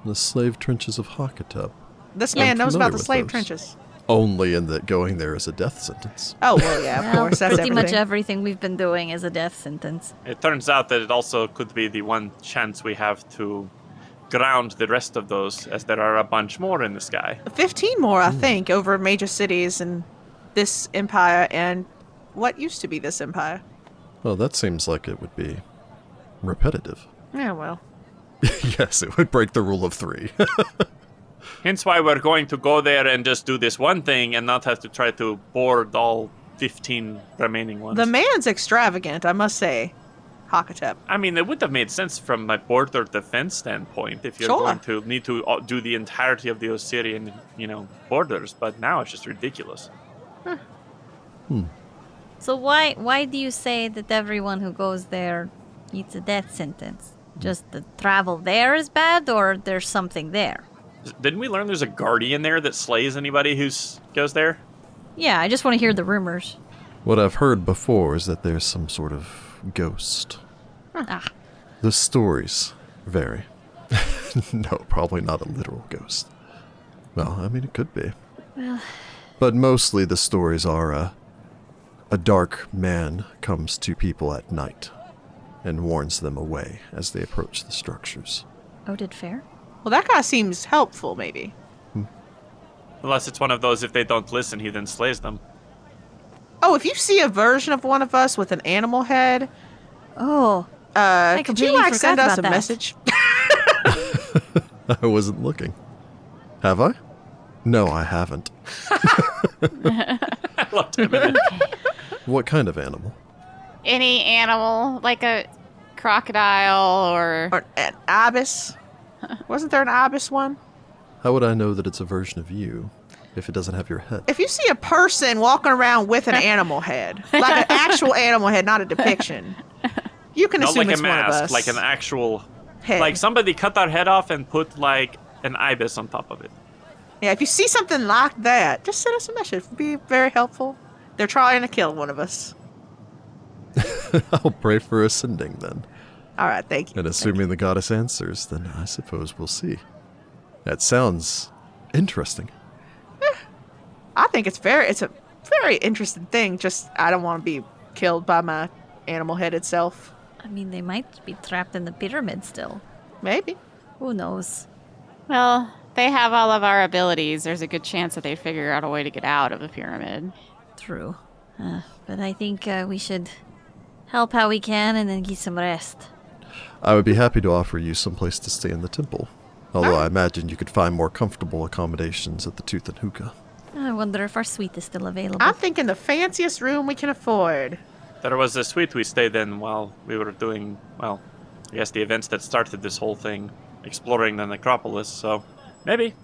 S1: The slave trenches of Hakatub.
S5: This
S1: Yeah, I'm
S5: man knows about
S1: familiar
S5: the
S1: with
S5: slave
S1: those.
S5: trenches.
S1: Only in that going there is a death sentence.
S5: Oh, well, yeah, of
S3: Well,
S5: course. That's
S3: pretty
S5: everything.
S3: much everything we've been doing is a death sentence.
S2: It turns out that it also could be the one chance we have to ground the rest of those, as there are a bunch more in the sky.
S5: 15 more,
S3: Hmm.
S5: I think, over major cities and this empire and what used to be this empire.
S1: Well, that seems like it would be repetitive.
S5: Yeah, well.
S1: yes, it would break the rule of three.
S2: Hence why we're going to go there and just do this one thing and not have to try to board all 15 remaining ones.
S5: The man's extravagant, I must say. Hakatep.
S2: I mean, it would have made sense from my border defense standpoint if you're
S5: Sure.
S2: going to need to uh, do the entirety of the Osirian, you know, borders. But now it's just ridiculous.
S3: So why why do you say that everyone who goes there eats a death sentence? Just the travel there is bad, or there's something there?
S2: Didn't we learn there's a guardian there that slays anybody who s- goes there?
S3: Yeah, I just want to hear the rumors.
S1: what I've heard before is that there's some sort of ghost.
S3: Ah,
S1: The stories vary. no, probably not a literal ghost. Well, I mean, it could be. But mostly the stories are uh, a dark man comes to people at night and warns them away as they approach the structures.
S3: oh, did fair?
S5: Well, that guy seems helpful, maybe.
S2: Unless it's one of those, if they don't listen, he then slays them.
S5: Oh, if you see a version of one of us with an animal head,
S3: Oh,
S5: uh, could you
S3: completely
S5: like send
S3: forgot
S5: us a
S3: about that.
S5: message?
S1: I wasn't looking. Have I? No, I haven't.
S2: I love him in it.
S1: What kind of animal?
S4: Any animal, like a crocodile or.
S5: or an ibis? Wasn't there an ibis one?
S1: How would I know that it's a version of you if it doesn't have your head?
S5: If you see a person walking around with an animal head, like an actual animal head, not a depiction, you can
S2: Not
S5: assume
S2: like a
S5: it's one of
S2: mask,
S5: us.
S2: like an actual.
S5: head.
S2: Like somebody cut our head off and put like an ibis on top of it.
S5: yeah, if you see something like that, just send us a message. It'd be very helpful. They're trying to kill one of us.
S1: I'll pray for ascending then.
S5: All right, thank you.
S1: And assuming the goddess answers, then I suppose we'll see. That sounds interesting.
S5: I think it's very it's a very interesting thing. Just I don't want to be killed by my animal headed self.
S3: I mean, they might be trapped in the pyramid still.
S5: Maybe.
S3: Who knows?
S4: Well, they have all of our abilities. There's a good chance that they figure out a way to get out of the pyramid.
S3: True. Uh, but I think uh, we should help how we can and then get some rest.
S1: I would be happy to offer you some place to stay in the temple, although I imagine you could find more comfortable accommodations at the Tooth and Hookah.
S3: I wonder if our suite is still available.
S5: I'm thinking the fanciest room we can afford.
S2: There was a suite we stayed in while we were doing, well, I guess the events that started this whole thing, exploring the necropolis, so maybe.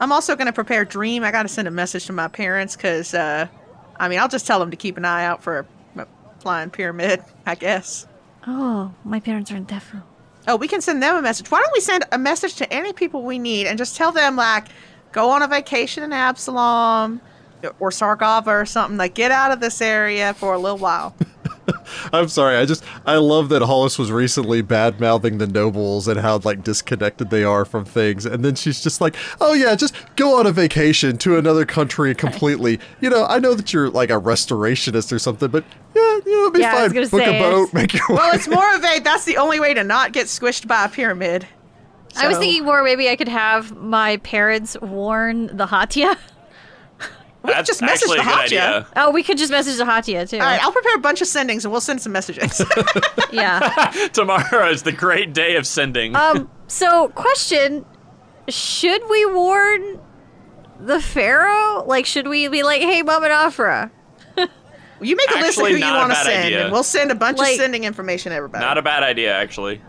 S5: I'm also going to prepare Dream. I got to send a message to my parents because, uh, I mean, I'll just tell them to keep an eye out for a, a flying pyramid, I guess.
S3: oh, my parents are in Defu.
S5: Oh, we can send them a message. Why don't we send a message to any people we need and just tell them, like, go on a vacation in Absalom or Sargava or something? Like, get out of this area for a little while.
S1: I'm sorry. I just I love that Hollis was recently bad mouthing the nobles and how like disconnected they are from things, and then she's just like, "Oh yeah, just go on a vacation to another country completely." You know, I know that you're like a restorationist or something, but yeah, you know, it'd be
S3: Yeah, I was
S1: fine.
S3: gonna
S1: Book a
S3: say,
S1: boat,
S3: it's-
S1: make your
S5: well,
S1: way.
S5: it's more of a that's the only way to not get squished by a pyramid.
S3: I was
S5: So-
S3: thinking more maybe I could have my parents warn the Hatia.
S5: We can
S2: That's
S5: just message
S2: actually
S5: the
S2: a good
S5: Hatja.
S2: idea.
S3: Oh, we could just message the Hatia too.
S5: All right, I'll prepare a bunch of sendings and we'll send some messages.
S3: yeah.
S2: Tomorrow is the great day of sending.
S3: Um. So, question: Should we warn the Pharaoh? Like, should we be like, "Hey, Mom and Afra"?
S5: You make a list of
S2: Actually,
S5: who you
S2: not a
S5: want to
S2: bad
S5: send,
S2: idea.
S5: and we'll send a bunch
S3: Like-
S5: of sending information to everybody.
S2: Not a bad idea, actually.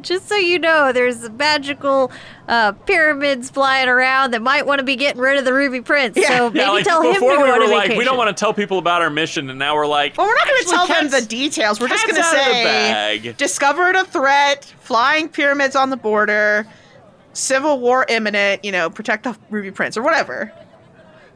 S3: Just so you know, there's magical uh, pyramids flying around that might want to be getting rid of the Ruby Prince.
S5: Yeah.
S3: So maybe
S2: yeah, like
S3: tell him to
S2: before
S3: go
S2: we
S3: on
S2: were
S3: a
S2: like,
S3: vacation.
S2: we don't want to tell people about our mission, and now we're like,
S5: well, we're not going to
S2: "Actually,
S5: tell them the
S2: cats-
S5: details. We're just
S2: cat's
S5: going to
S2: out of the
S5: say
S2: bag.
S5: discovered a threat, flying pyramids on the border, civil war imminent. You know, protect the Ruby Prince or whatever.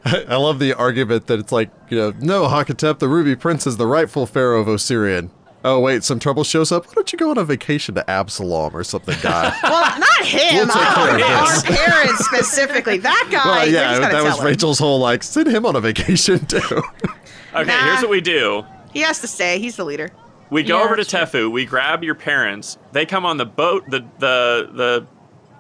S1: I love the argument that it's like, you know, no, Hakatep, the Ruby Prince is the rightful pharaoh of Osirian. Oh wait, some trouble shows up. Why don't you go on a vacation to Absalom or something, guy?
S5: Well, not him.
S1: We'll take
S5: I'm
S1: care of
S5: talking about
S1: this.
S5: our parents specifically. That guy.
S1: well,
S5: we're
S1: yeah,
S5: just gonna
S1: that was
S5: tell him.
S1: Rachel's whole like, send him on a vacation too.
S2: Okay,
S5: Nah.
S2: here's what we do.
S5: He has to stay. He's the leader.
S2: We go
S4: Yeah,
S2: over to
S4: that's true.
S2: Tefu. We grab your parents. They come on the boat, the the the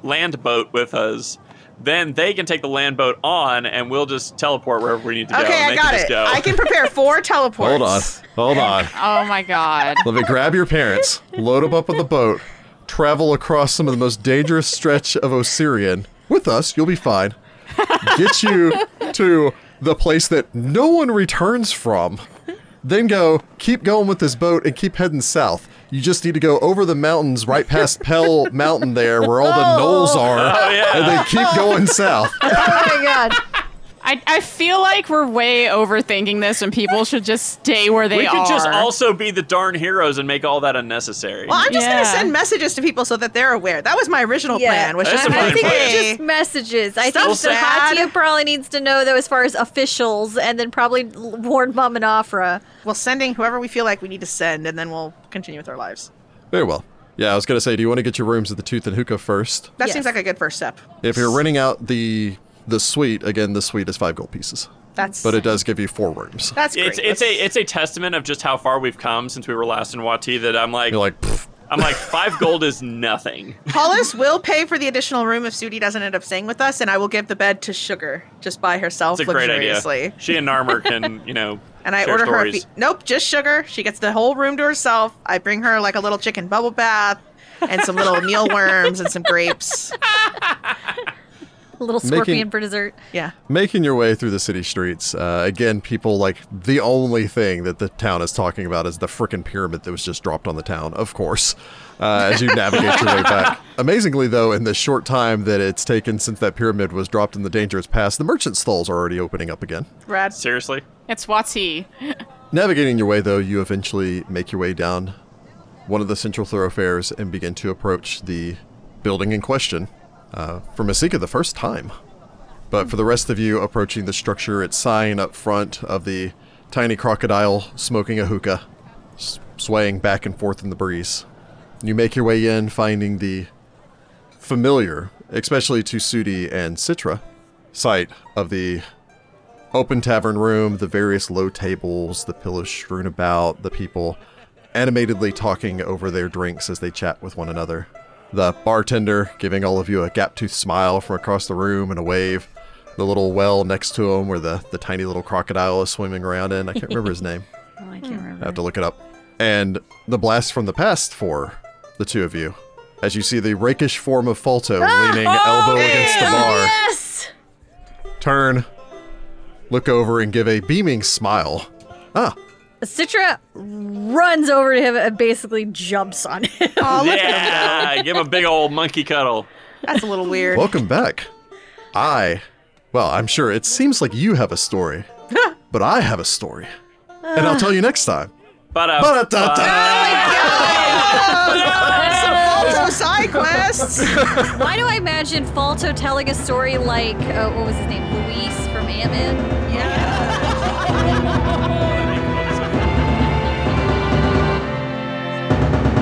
S2: land boat with us. Then they can take the land boat on, and we'll just teleport wherever we need to go.
S5: okay,
S2: and
S5: I
S2: they
S5: got
S2: can just
S5: it.
S2: Go.
S5: I can prepare four teleports.
S1: Hold on, hold on.
S4: Oh my god.
S1: Let me grab your parents, load them up on the boat, travel across some of the most dangerous stretch of Osirian with us. You'll be fine. Get you to the place that no one returns from. Then go, keep going with this boat and keep heading south. You just need to go over the mountains right past Pell Mountain there where all the knolls are
S2: Oh, yeah.
S1: and then keep going south.
S3: Oh my god!
S4: I, I feel like we're way overthinking this and people should just stay where they
S2: we
S4: are.
S2: could just also be the darn heroes and make all that unnecessary.
S5: Well, I'm just going to
S4: Yeah.
S5: send messages to people so that they're aware. That was my original
S3: Yeah.
S5: plan, which
S2: That's
S5: is
S2: a
S3: I
S2: fine
S5: like,
S3: think
S2: plan.
S5: hey,
S3: just messages. I think
S5: Stuff's
S3: the
S5: bad.
S3: Hatia probably needs to know though, as far as officials, and then probably l- warn Mom and Afra.
S5: Well, sending whoever we feel like we need to send, and then we'll continue with our lives.
S1: Very well. Yeah, I was going to say, do you want to get your rooms at the Tooth and Hookah first?
S5: That
S3: Yes.
S5: seems like a good first step.
S1: If you're renting out the the suite, again, the suite is five gold pieces.
S5: That's
S1: but it does give you four rooms.
S5: that's great.
S2: it's it's a
S5: That's-
S2: it's a testament of just how far we've come since we were last in Wati that I'm like,
S1: You're like, "Pfft,
S2: I'm like, five gold is nothing.
S5: Hollis will pay for the additional room if Sudi doesn't end up staying with us, and I will give the bed to Sugar just by herself
S2: It's a great idea.
S5: luxuriously.
S2: She and Narmer can, you know,
S5: And I
S2: share
S5: order her. A
S2: stories.
S5: fe- nope, just sugar. She gets the whole room to herself. I bring her like a little chicken bubble bath and some little mealworms and some grapes.
S3: A little
S1: Making-
S3: scorpion for dessert.
S5: Yeah.
S1: Making your way through the city streets, uh, again, people like the only thing that the town is talking about is the frickin' pyramid that was just dropped on the town, of course, uh, as you navigate your way back. Amazingly, though, in the short time that it's taken since that pyramid was dropped in the dangerous past, the merchant stalls are already opening up again.
S5: Rad.
S2: Seriously?
S4: It's Watsy.
S1: Navigating your way, though, you eventually make your way down one of the central thoroughfares and begin to approach the building in question uh, for Masika the first time. But for the rest of you approaching the structure, its sign up front of the tiny crocodile smoking a hookah, s- swaying back and forth in the breeze. You make your way in, finding the familiar, especially to Sudi and Citra, sight of the open tavern room, the various low tables, the pillows strewn about, the people animatedly talking over their drinks as they chat with one another. The bartender giving all of you a gap toothed smile from across the room and a wave. The little well next to him where the, the tiny little crocodile is swimming around in. I can't remember his name.
S3: Oh, I can't
S1: I
S3: remember.
S1: have to look it up. And the blast from the past for the two of you. As you see the rakish form of Falto
S3: Ah!
S1: leaning
S3: Oh,
S1: elbow against the bar
S3: Yes!
S1: turn, look over, and give a beaming smile. Ah,
S3: Citra runs over to him and basically jumps on him.
S5: Oh, look at him.
S2: Yeah, give him a big old monkey cuddle.
S5: That's a little weird.
S1: welcome back. I, well, I'm sure it seems like you have a story, but I have a story. And I'll tell you next time.
S2: Ba-da- uh,
S1: Ba-da-da-da.
S5: Also, side quests.
S3: Why do I imagine Falto telling a story like, uh, what was his name? Luis from Ammon?